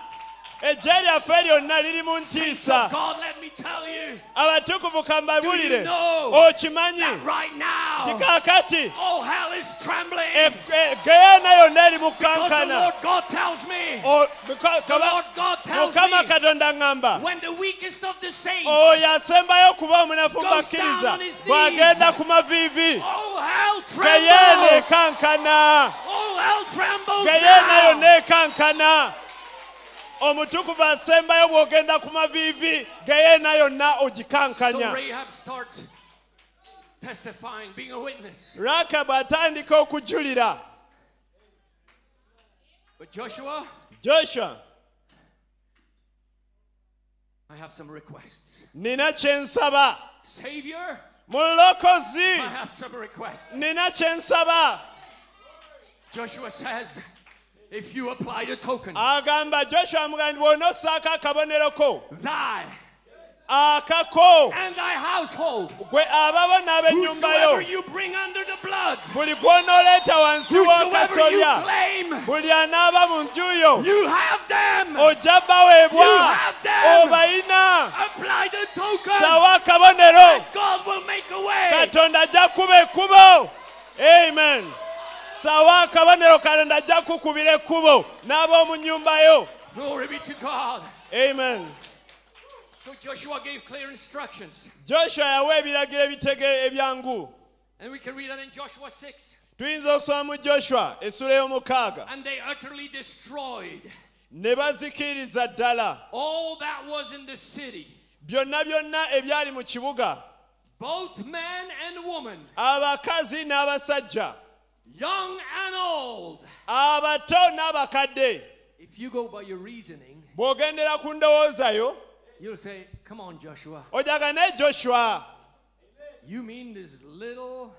E: eggye lyaffe lyonna liri mu ntiisa
D: God, let me tell you
E: abatukuvu
D: Do you
E: kambabulire
D: know that
E: okimanyi
D: right now,
E: tikakati
D: all hell is
E: Eh,
D: trembling.
E: egeyana e, yonna eri mu
D: Because the
E: kukankana
D: Lord God tells me,
E: O- muka-
D: the
E: kaba-
D: Lord God tells
E: mukama
D: me,
E: katonda ŋŋamba
D: when the weakest of the saints,
E: oyo asembayo okuba omunafu
D: Goes down
E: mbakkiriza
D: on his knees.
E: bw'agenda ku maviivi
D: all hell
E: geyeena
D: trembles.
E: ekankana
D: All hell trembles.
E: geyeena
D: now.
E: yonna ekankana omutukuvu asembayo bw'ogenda ku maviivi geyeena yonna
D: So
E: ogikankanya
D: Rahab starts testifying, being a witness.
E: lakabu atandika okujulira
D: But Joshua,
E: joshua
D: I have some requests.
E: nina kye nsaba
D: Savior,
E: mulokozi
D: I have some requests.
E: nina kye nsaba
D: Joshua says, if you apply the token,
E: Ah. agamba joshua mugandi bw'onossaako akabonero ko
D: thy
E: akako
D: and thy household,
E: gwe ababo n'ab'ennyumba
D: whosoever
E: yo
D: you bring under the blood,
E: buli gw'onooleeta wansi
D: whosoever you
E: w'akasolya
D: claim,
E: buli anaaba mu nju yo
D: you have them.
E: ojja baweebwa
D: You have them.
E: obayina
D: Apply the token.
E: sawa akabonero
D: God will make a way.
E: katonda ajja kukuba ekkubo amen sawa akabonero katonda ajja kukubira ekkubo n'ab'omu nnyumba yo
D: Glory be to God.
E: amen
D: So Joshua gave clear instructions.
E: joshua yawa ebiragiro ebitege ebyangu
D: And we can read that in Joshua 6.
E: tuyinza okusoma mu joshua essula ey'omukaaga
D: And they utterly destroyed
E: ne bazikiririza ddala
D: all that was in the city,
E: byonna byonna ebyali mu kibuga
D: both man and woman,
E: abakazi n'abasajja
D: young and old.
E: abato n'abakadde
D: If you go by your reasoning,
E: bw'ogendera ku ndowoozayo
D: You'll say, Come on, Joshua.
E: ojaga naye e joshua
D: You mean this little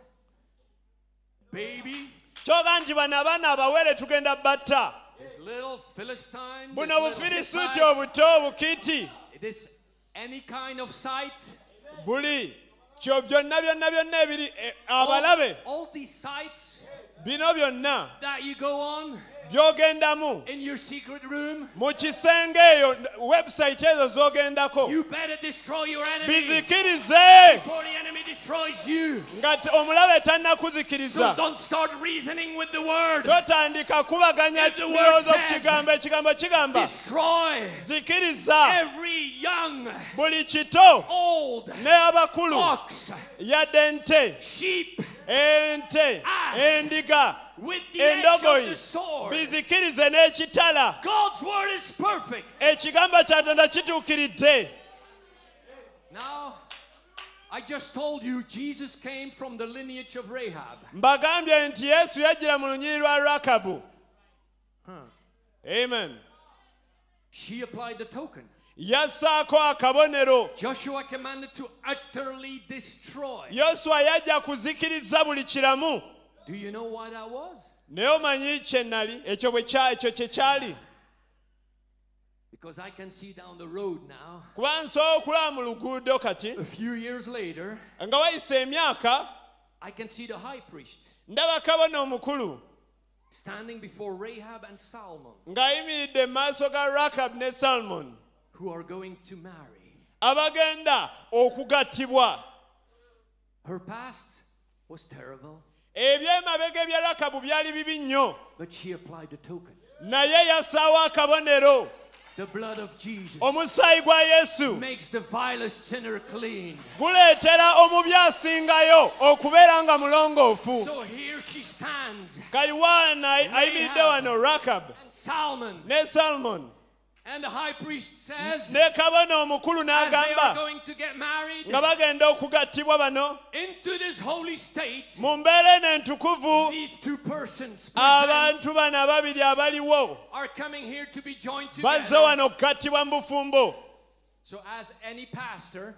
D: baby,
E: kyoganji bano abaana abawere tugenda batta
D: this little Philistine, this
E: buno
D: little
E: bufirisuuti
D: Hittite,
E: obuto obukiti
D: this any kind of sight?
E: buli kyo byonna byonna byonna ebiri e,
D: All,
E: abalabe
D: all these sights
E: bino byonna
D: that you go on
E: byogendamu
D: in your secret room,
E: mu kisenge eyo n- website ezo zogendako
D: you better destroy your enemy
E: bizikirize
D: before the enemy destroys you.
E: nga te- omulabe
D: So
E: tannakuzikiriza
D: don't start reasoning with the word.
E: totandika kubaganya
D: If the word
E: birowoozo ku
D: says-
E: kigambo ekigambo kigamba
D: Destroy
E: zikiriza
D: every young,
E: buli kito
D: old
E: n'abakulu
D: ox,
E: yadde nte
D: sheep
E: ente
D: Ass.
E: endiga
D: with the edge of
E: endogoyi
D: the sword.
E: bizikirize n'ekitala
D: God's word is perfect.
E: Eh. ekigambo kya tonda kituukiridde
D: Now, I just told you Jesus came from the lineage of Rahab.
E: mbagambye nti yesu yajjira mu lunyiri lwa lakabu amen
D: She applied the token.
E: yassaako akabonero
D: Joshua commanded to utterly destroy.
E: yoswa yajja kuzikiriza buli kiramu
D: Do you know why that was?
E: naye omanyi kye nali ekyo bwe kya- ekyo kye kyali
D: Because I can see down the road now.
E: kuba nsobola okulaba mu luguudo kati
D: A few years later,
E: nga wayise emyaka
D: I can see the high priest
E: ndaba kabona omukulu
D: standing before Rahab and Salmon,
E: ng'ayimiridde mu maaso ga rakabu ne salmon
D: who are going to marry.
E: abagenda okugattibwa
D: Her past was terrible,
E: ebyemabega ebya rakabu byali bibi nnyo
D: but she applied the token.
E: naye yassaawo akabonero
D: The blood of Jesus
E: omusaayi gwa yesu
D: makes the vilest sinner clean.
E: guleetera omubi asingayo okubeera nga mulongoofu
D: So here she stands,
E: kali waana ayimiridde wano rakabu
D: Salmon,
E: ne salmon
D: and the high priest says,
E: ne kabona omukulu
D: as they are
E: n'agamba
D: going to get married
E: nga bagenda okugattibwa bano
D: into this holy state,
E: mu mbeera eno entukuvu
D: these two persons
E: Ah,
D: present
E: abantu bano ababiri abaliwo
D: are coming here to be joined
E: bazze
D: together.
E: wano okugattibwa mu bufumbo
D: So, as any pastor,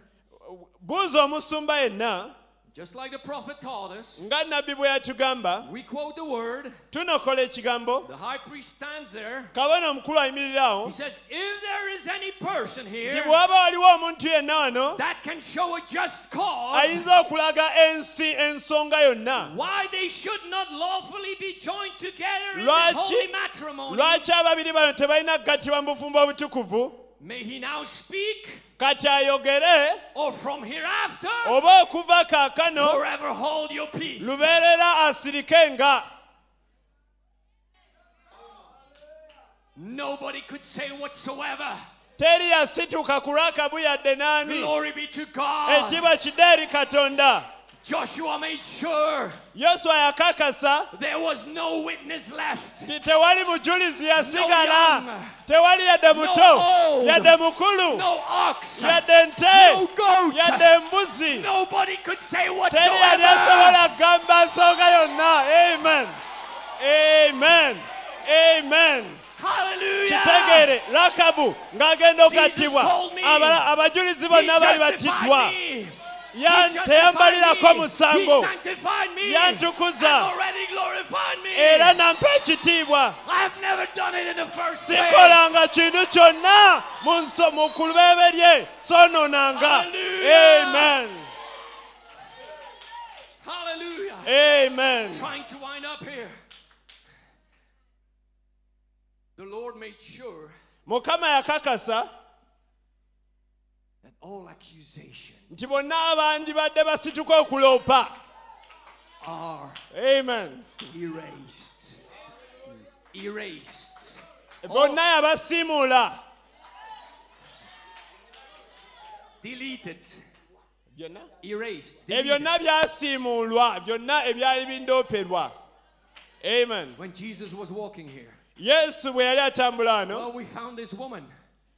E: buuza omusumba yenna
D: just like the prophet taught us,
E: nga nabbi bwe yatugamba
D: we quote the word.
E: tunokola ekigambo
D: The high priest stands there.
E: kabona omukulu ayimirira awo
D: He says, If there is any person
E: nti
D: here
E: bw'aba waliwo omuntu yenna wano
D: that can show a just cause
E: ayinza okulaga ensi ensonga yonna
D: why they should not lawfully be joined together in this
E: Lwaki-
D: holy matrimony,
E: lwaki ababiri bano tebalina kugattibwa mu bufumbo obutukuvu
D: may he now speak,
E: kati ayogere
D: or from hereafter,
E: oba okuva kaakano
D: forever hold your peace.
E: lubeerera asirike nga
D: Nobody could say whatsoever.
E: teri yasituka ku lakabu yadde naani
D: Glory be to God.
E: ekiba kidde eri katonda
D: Joshua made sure
E: yoswa yakakasa
D: there was no witness left.
E: nti tewali mujulizi yasigala
D: No young.
E: tewali yadde muto
D: No old.
E: yadde mukulu
D: No ox.
E: yadde
D: No
E: nte
D: goat.
E: yadde embuzi
D: Nobody could say
E: teri yali asobola
D: whatsoever.
E: kugamba nsonga yonna amen amen amen
D: Hallelujah.
E: kitegeere lakabu ng'agenda okugattibwa
D: Jesus told me,
E: abala- abajulizi
D: He
E: bonna bali battiddwa
D: justified me.
E: Ya-
D: He justified
E: teyambalirako
D: me.
E: musango
D: He sanctified me.
E: Yantukuza.
D: And already glorified me.
E: era nampa ekitiibwa
D: I've never done it in the first place.
E: sikolanga kintu kyonna mu nso- mu kulubeberye sononanga
D: Hallelujah.
E: amen
D: Hallelujah.
E: amen
D: Trying to wind up here. The Lord made sure
E: mukama yakakasa
D: that all accusation
E: nti bonna abandibadde basituka okuloopa
D: are
E: amen
D: erased. Erased.
E: bonna yabasiimuula
D: Deleted.
E: ebyo
D: Erased. Deleted.
E: Eh, byonna byasiimuulwa byonna ebyali bindooperwa amen
D: When Jesus was walking here,
E: yesu bwe yali atambula wano
D: well, we found this woman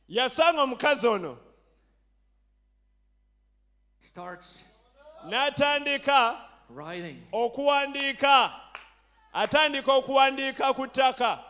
E: yasanga omukazi ono
D: starts
E: n'atandika
D: writing.
E: okuwandiika atandika okuwandiika ku ttaka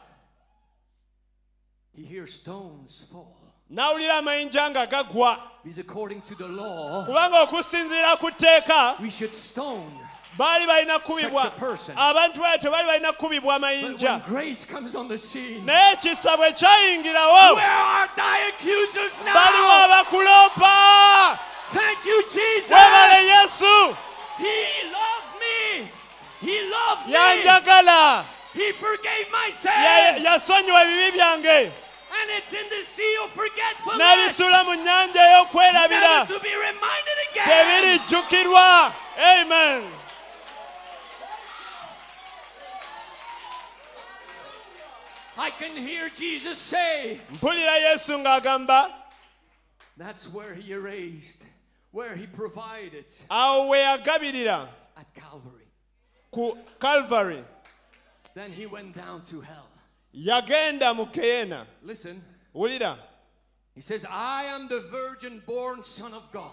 D: He hears stones fall.
E: n'awulira amayinja nga gagwa
D: Because according to the law,
E: kubanga okusinziira ku tteeka
D: we should stone.
E: baali balina kukubibwa
D: Such a person.
E: abantu etyo tebaali balina kukubibwa
D: But when
E: amayinja
D: grace comes on the scene,
E: naye ekisa bwe kyayingirawo
D: where are thy accusers
E: baliwo
D: now?
E: abakulompa
D: Thank you, Jesus.
E: webale yesu
D: He loved me. He loved me.
E: yanjagala
D: He forgave my sin.
E: Ya- yasonyiwa ebibi byange
D: And it's in the sea of forgetfulness.
E: n'abisuula mu nnyanja ey'okwerabira
D: Never to be reminded again.
E: tebirijjukirwa amen
D: I can hear Jesus say,
E: mpulira yesu ng'agamba
D: That's where he erased, where he provided
E: awo we yagabirira
D: at Calvary.
E: ku calvary
D: Then he went down to hell.
E: yagenda mu keyena
D: Listen,
E: wulira
D: he says, I am the virgin born Son of God.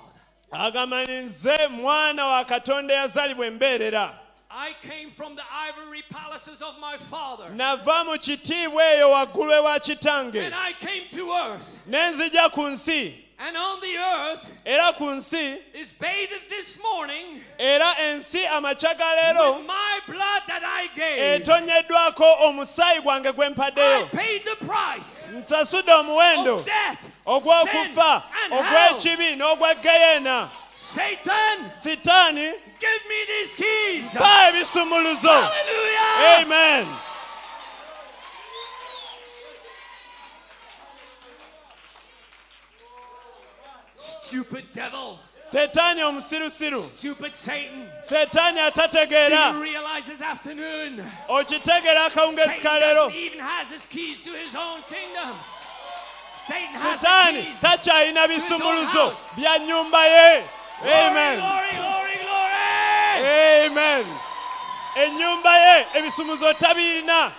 E: agamba ni nze mwana wa katonda eyazalibwa embeerera
D: I came from the ivory palaces of my father,
E: nava mu kitiibwa eyo waggulu ewa kitange
D: and I came to earth.
E: ne nzija ku nsi
D: And on the earth
E: era ku nsi
D: is bathed this morning
E: era ensi amakya ga
D: with
E: leero
D: my blood that I
E: Eh,
D: gave.
E: etonyeddwako omusaayi gwange gwe
D: I
E: mpaddeyo
D: paid the price
E: nsasudde omuwendo
D: of death, sin,
E: ogw'okufa
D: and hell.
E: ogw'ekibi n'ogwa geyeena
D: Satan,
E: sitaani
D: give me these keys.
E: pa ebisumuluzo
D: Hallelujah!
E: amen
D: Stupid devil,
E: setaani omusirusiru
D: stupid Satan.
E: setaani
D: Do
E: atategeera
D: you realize this afternoon?
E: okitegeera akawungezi
D: Satan
E: ka leero
D: doesn't even has his keys to his own kingdom. Satan has the
E: setaani
D: keys.
E: takyalina
D: To
E: bisumuluzo
D: his own
E: bya nnyumba ye amen
D: Glory, glory, glory, glory.
E: amen ennyumba ye ebisumuzo tabirina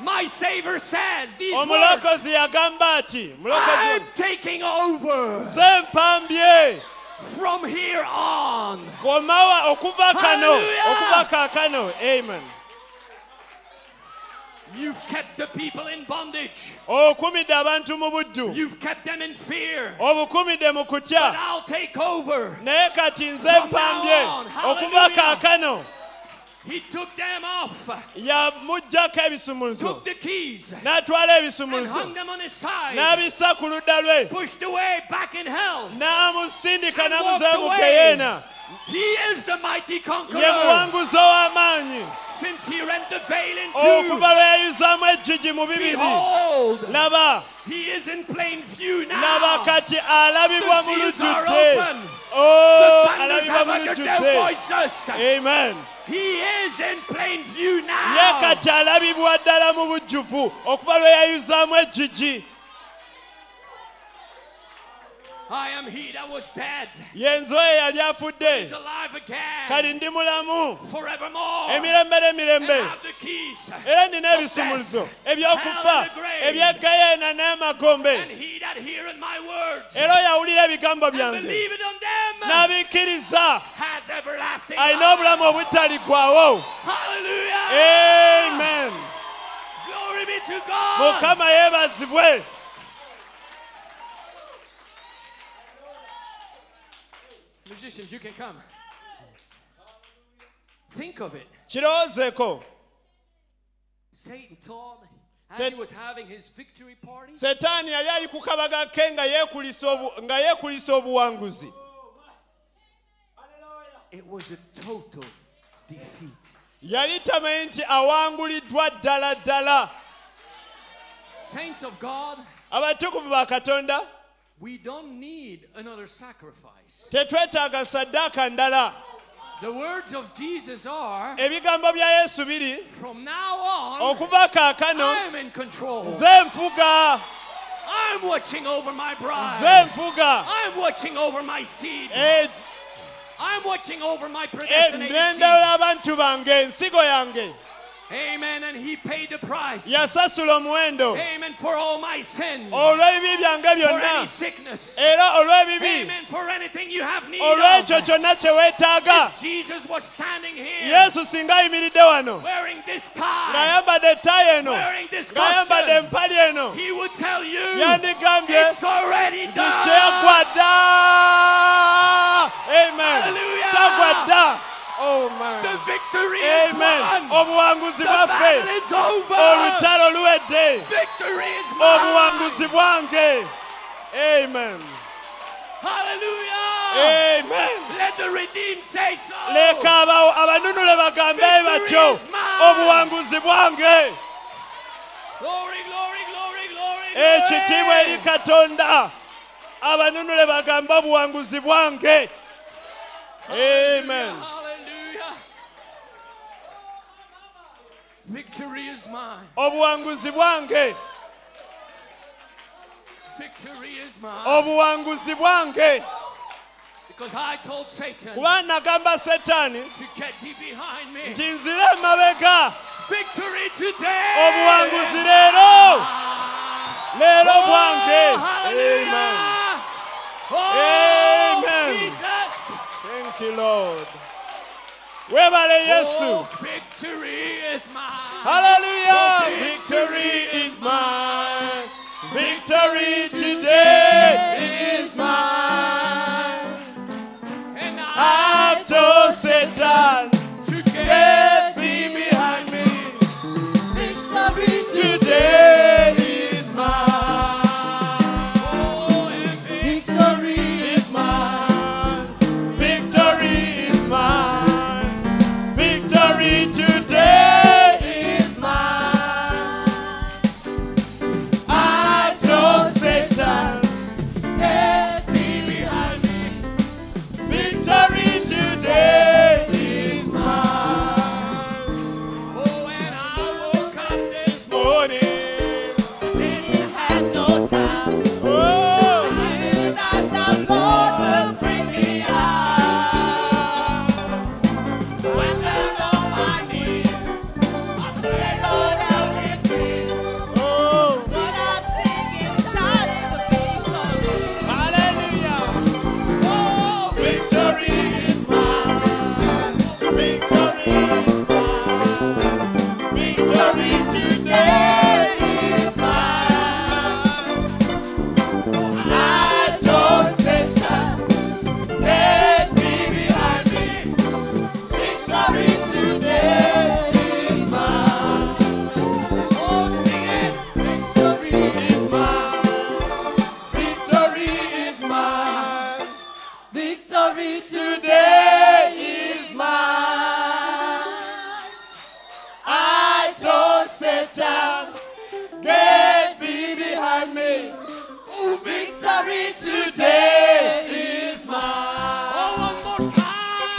D: My Savior says these words.
E: omulokozi yagamba ati
D: I'm
E: mulokozi
D: taking over
E: ze mpambye
D: from here on.
E: komawa okuva kano
D: Hallelujah!
E: okuva kaakano amen
D: You've kept the people in bondage.
E: okumidde abantu mu buddu
D: You've kept them in
E: Oh.
D: fear.
E: obukumidde mu
D: But
E: kutya
D: I'll take over.
E: naye kati nze
D: From now
E: mpambye
D: on,
E: okuva
D: hallelujah!
E: kaakano
D: He took them off,
E: yamugjako ebisumuluzo
D: took the keys,
E: n'atwala
D: and hung
E: ebisumuluzo
D: them on his side,
E: n'abissa ku ludda lwe
D: pushed away back in hell.
E: n'amusindika
D: And walked
E: n'amuze mu
D: away.
E: keyeena
D: He is the mighty
E: ye
D: conqueror.
E: muwanguzi ow'amaanyi
D: Since he rent the veil in two,
E: okuva lwe yayuzaamu ejjigi mu bibiri
D: behold,
E: laba
D: he is in plain view
E: laba
D: now.
E: kati alabibwa mu
D: The seals are
E: lujjudde
D: open.
E: Oh,
D: Thunders
E: alabibwa
D: have
E: mu
D: uttered their
E: lujjudde
D: voices.
E: amen
D: He is in plain view
E: ye
D: now.
E: kati alabibwa ddala mu bujjuvu okuba lwe yayuzaamu ejjigi
D: I am he that was dead.
E: ye nze oyo eyali
D: Is
E: afudde
D: alive Oh.
E: kati
D: again.
E: ndi mulamu
D: Forevermore.
E: emirembe
D: And
E: n'emirembe
D: have the keys.
E: era nina ebisumuluzo eby'okufa ebyegayeena
D: And
E: n'emagombe
D: he that heareth my words
E: era oyo awulira ebigambo
D: and
E: byange
D: believeth on them
E: n'abikkiriza
D: has everlasting
E: alina
D: life.
E: obulamu obutaligwawo Eh.
D: Hallelujah.
E: amen
D: Glory be to God.
E: mukama yeebazibwe
D: Musicians, you can come. Think of it.
E: kirowoozeeko
D: Satan told me as
E: Sat-
D: he was having his victory party.
E: setaani yali ali kukabagake nga yeekulisa obu- nga yeekulisa obuwanguzi
D: It was a total defeat.
E: yali tamanyi nti awanguliddwa ddala ddala
D: Saints of God,
E: abatukuvu ba katonda
D: we don't need another sacrifice.
E: tetwetaaga saddaaka ndala
D: The words of Jesus
E: Eh.
D: are
E: ebigambo bya yesu biri
D: from now on,
E: okuva kaakano
D: I'm in control.
E: nze nfuga
D: I'm watching over my
E: nze
D: bride.
E: nfuga
D: I'm watching over my seed.
E: E-
D: I'm watching over my
E: e-
D: predestinated seed.
E: nendawula abantu bange ensigo yange
D: Amen. And he paid the price.
E: yasasula omuwendo
D: Amen. For all my sins.
E: Oh, olw'ebibi byange
D: for
E: byonna
D: any sickness.
E: era olw'ebibi
D: Amen. For anything you have need
E: olw'ekyo
D: of.
E: kyonna kye weetaaga
D: Jesus was standing here.
E: yesu singa ayimiridde wano
D: Wearing this tie.
E: ng'ayambadde ettaayi eno
D: Wearing this
E: ng'ayambadde
D: costume.
E: empali eno
D: He would tell you.
E: yandigambye
D: It's already
E: nti
D: done.
E: kyegwadda amen
D: Hallelujah.
E: kyegwadda Oh, my.
D: The victory
E: amen
D: is won.
E: obuwanguzi
D: The
E: bwaffe
D: battle is over.
E: olutalo luwedde
D: Victory is mine.
E: obuwanguzi bwange amen
D: Hallelujah.
E: amen
D: Let the redeemed say so.
E: leka abawo abanunule bagambe
D: Victory
E: batyo
D: is mine.
E: obuwanguzi bwange
D: Glory, glory, glory, glory.
E: ekitiibwa
D: glory.
E: eri katonda abanunule bagambe obuwanguzi bwange amen
D: Hallelujah. Victory is mine.
E: obuwanguzi bwange
D: Victory is mine.
E: obuwanguzi bwange
D: Because I told Satan
E: kuba nagamba setaani
D: to get thee behind me.
E: nti nzire emabega
D: Victory today.
E: obuwanguzi leero leero
D: Oh,
E: bwange
D: hallelujah.
E: amen
D: Oh,
E: Amen.
D: Jesus.
E: Thank you, Lord. Webale Yesu.
D: Oh, victory is mine.
E: Hallelujah. Victory is mine. Victory today is mine.
D: And I
E: I told Satan,
D: to get
E: get thee behind me.
C: Victory
E: Today is mine.
D: oh, and
C: Victory
E: is mine. Victory is mine. Victory today is mine. I told Satan, get thee behind me. Victory today is mine.
D: oh, and I woke up this
E: Morning.
D: morning, had no time.
E: Oh,
C: that the Lord will bring me out. When down on my knees, I pray, Lord, help me please.
E: oh,
C: What I'm singing, shouting will be glory.
E: hallelujah.
C: Oh,
E: Victory is mine. Victory is mine. Victory today is mine. I told Satan, get thee behind me. Victory today is mine. Oh, sing it. Victory is mine. Victory is mine.
C: Victory
E: Today is mine. I told Satan, get thee behind me. Today
C: Victory
E: is Oh, mine.
D: One more time now.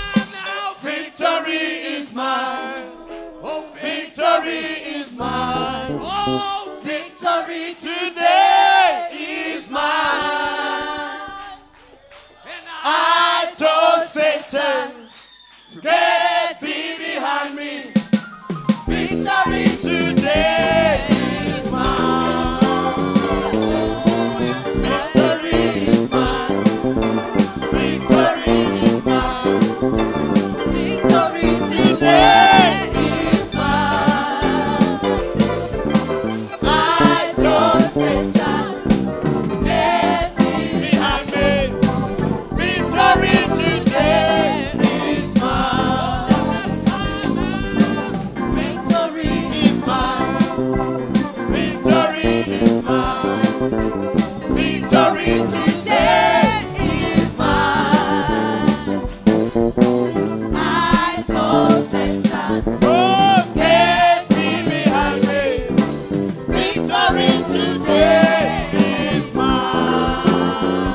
E: Victory is mine.
D: Oh, victory.
E: Victory is mine.
D: Oh,
C: Victory
E: Today is mine.
D: and I
E: I told Satan, get thee behind me.
C: Victory
E: Today is mine. Victory is mine. Victory is mine.
C: Victory
E: Today
C: is mine.
E: I
C: Don't sit down. Let me
E: behind me. Victory today is mine.
C: victory.
E: Is mine. Victory is mine. Victory today is mine.
C: I don't sit down.
E: Oh, get thee behind me. Victory today is mine.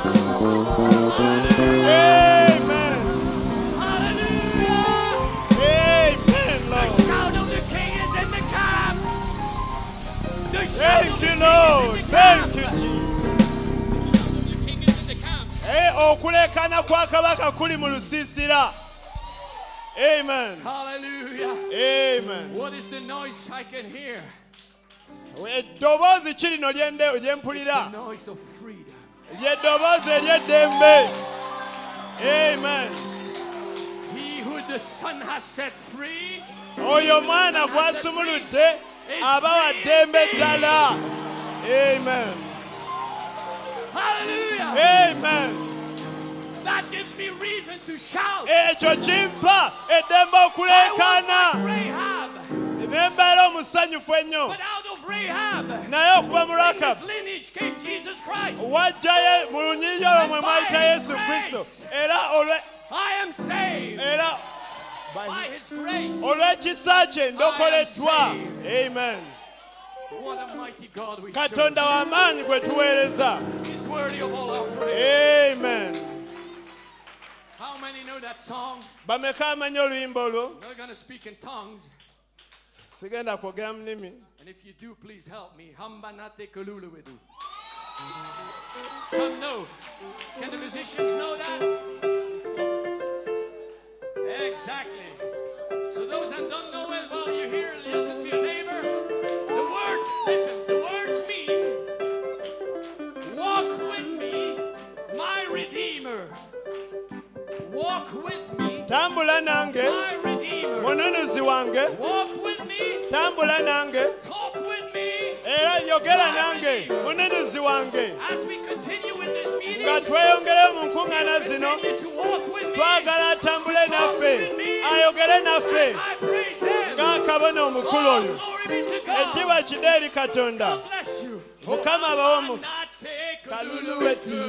E: Amen.
D: hallelujah.
E: Amen,
D: The
E: Lord.
D: sound of the king is in the camp. The sound
E: Thank
D: of the
E: you,
D: king
E: Lord.
D: is in the
E: Thank
D: camp.
E: you, Jesus.
D: The king is in the camp.
E: Eh, okulekana kwa kabaka kuli mu lusiisira amen
D: Hallelujah.
E: Amen.
D: What is the noise I can hear?
E: eddoboozi ki lino lyende-
D: The
E: lyempulira
D: noise of freedom.
E: lyeddoboozi ery'eddembe amen
D: He who the Son has set free
E: oyo omwana gw'asumuludde aba wa ddembe ddala amen
D: Hallelujah!
E: amen
D: That gives me reason to shout.
E: ekyo kimpa eddembe
D: I was
E: okuleekaana
D: like Rahab,
E: ne mbeera omusanyufu ennyo
D: but out of Rahab,
E: naye okuva mu
D: in his
E: lakabu
D: lineage came Jesus Christ.
E: wajjayo mu lunyiriri olwo mwe mwayita yesu kristo era olwe-
D: I am saved
E: era
D: by his grace.
E: olw'ekisa kye ndokoleddwa amen
D: What a mighty God we serve.
E: katonda w'amaanyi gwe tuweereza
D: He's worthy of all our praise.
E: amen
D: How many know that song?
E: bameka amanyi oluyimba olwo
D: I'm not gonna speak in tongues.
E: sigenda kwogera mu nnimi
D: And if you do, please help me. Hambanate koluluwedu. Some know. Can the musicians know that? Exactly. So those that don't know it, while you're here, listen to your neighbor. The words, listen, the words mean, walk with me, my redeemer. Walk with me,
E: tambula nange
D: my redeemer.
E: mununuzi wange
D: Walk with me,
E: tambula nange
D: talk with me.
E: era yogera nange mununuzi wange
D: As we continue with this meeting,
E: nga tweyongereyo mu nkuŋŋaana zino
D: continue to walk with me.
E: twagala atambule naffe ayogere naffe
D: As I praise Him.
E: ng'akabona omukulu
D: Oh,
E: oyo
D: glory be to God.
E: ekibwa kide eri katonda
D: God bless you.
E: mukama abawe omu-
D: Hananate
E: Kalulu
D: kaluluwetu.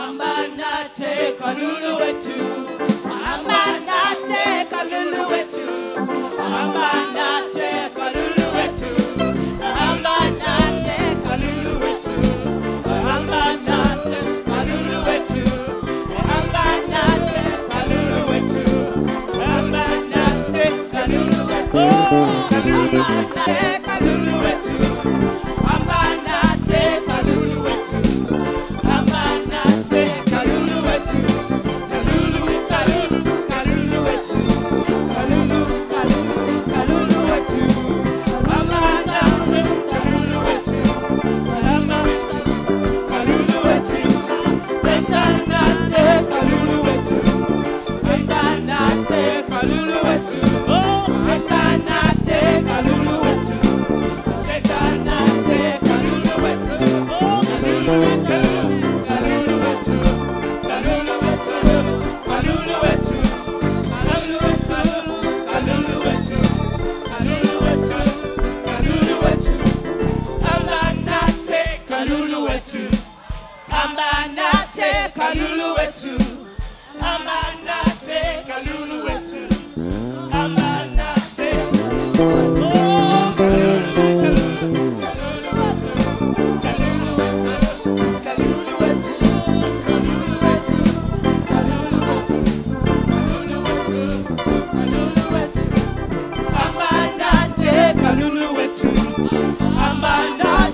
C: Ambanate kalulu wetu. Ambanate kalulu wetu. Ambanate kalulu wetu. Ambanate kalulu wetu. Ambanate kalulu wetu. Ambanate kalulu wetu. Ambanate kalulu wetu. Ambanate kalulu wetu. Ambanate kalulu wetu. Amanase kalulu wetu, kalulu kalulu kalulu wetu, kalulu kalulu kalulu wetu. Amanase kalulu wetu, amanase kalulu wetu. Tetanate kalulu wetu, tetanate kalulu wetu, tetanate kalulu wetu, tetanate kalulu wetu. Kalulu wetu, Amanda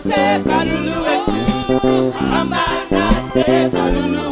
C: se kalulu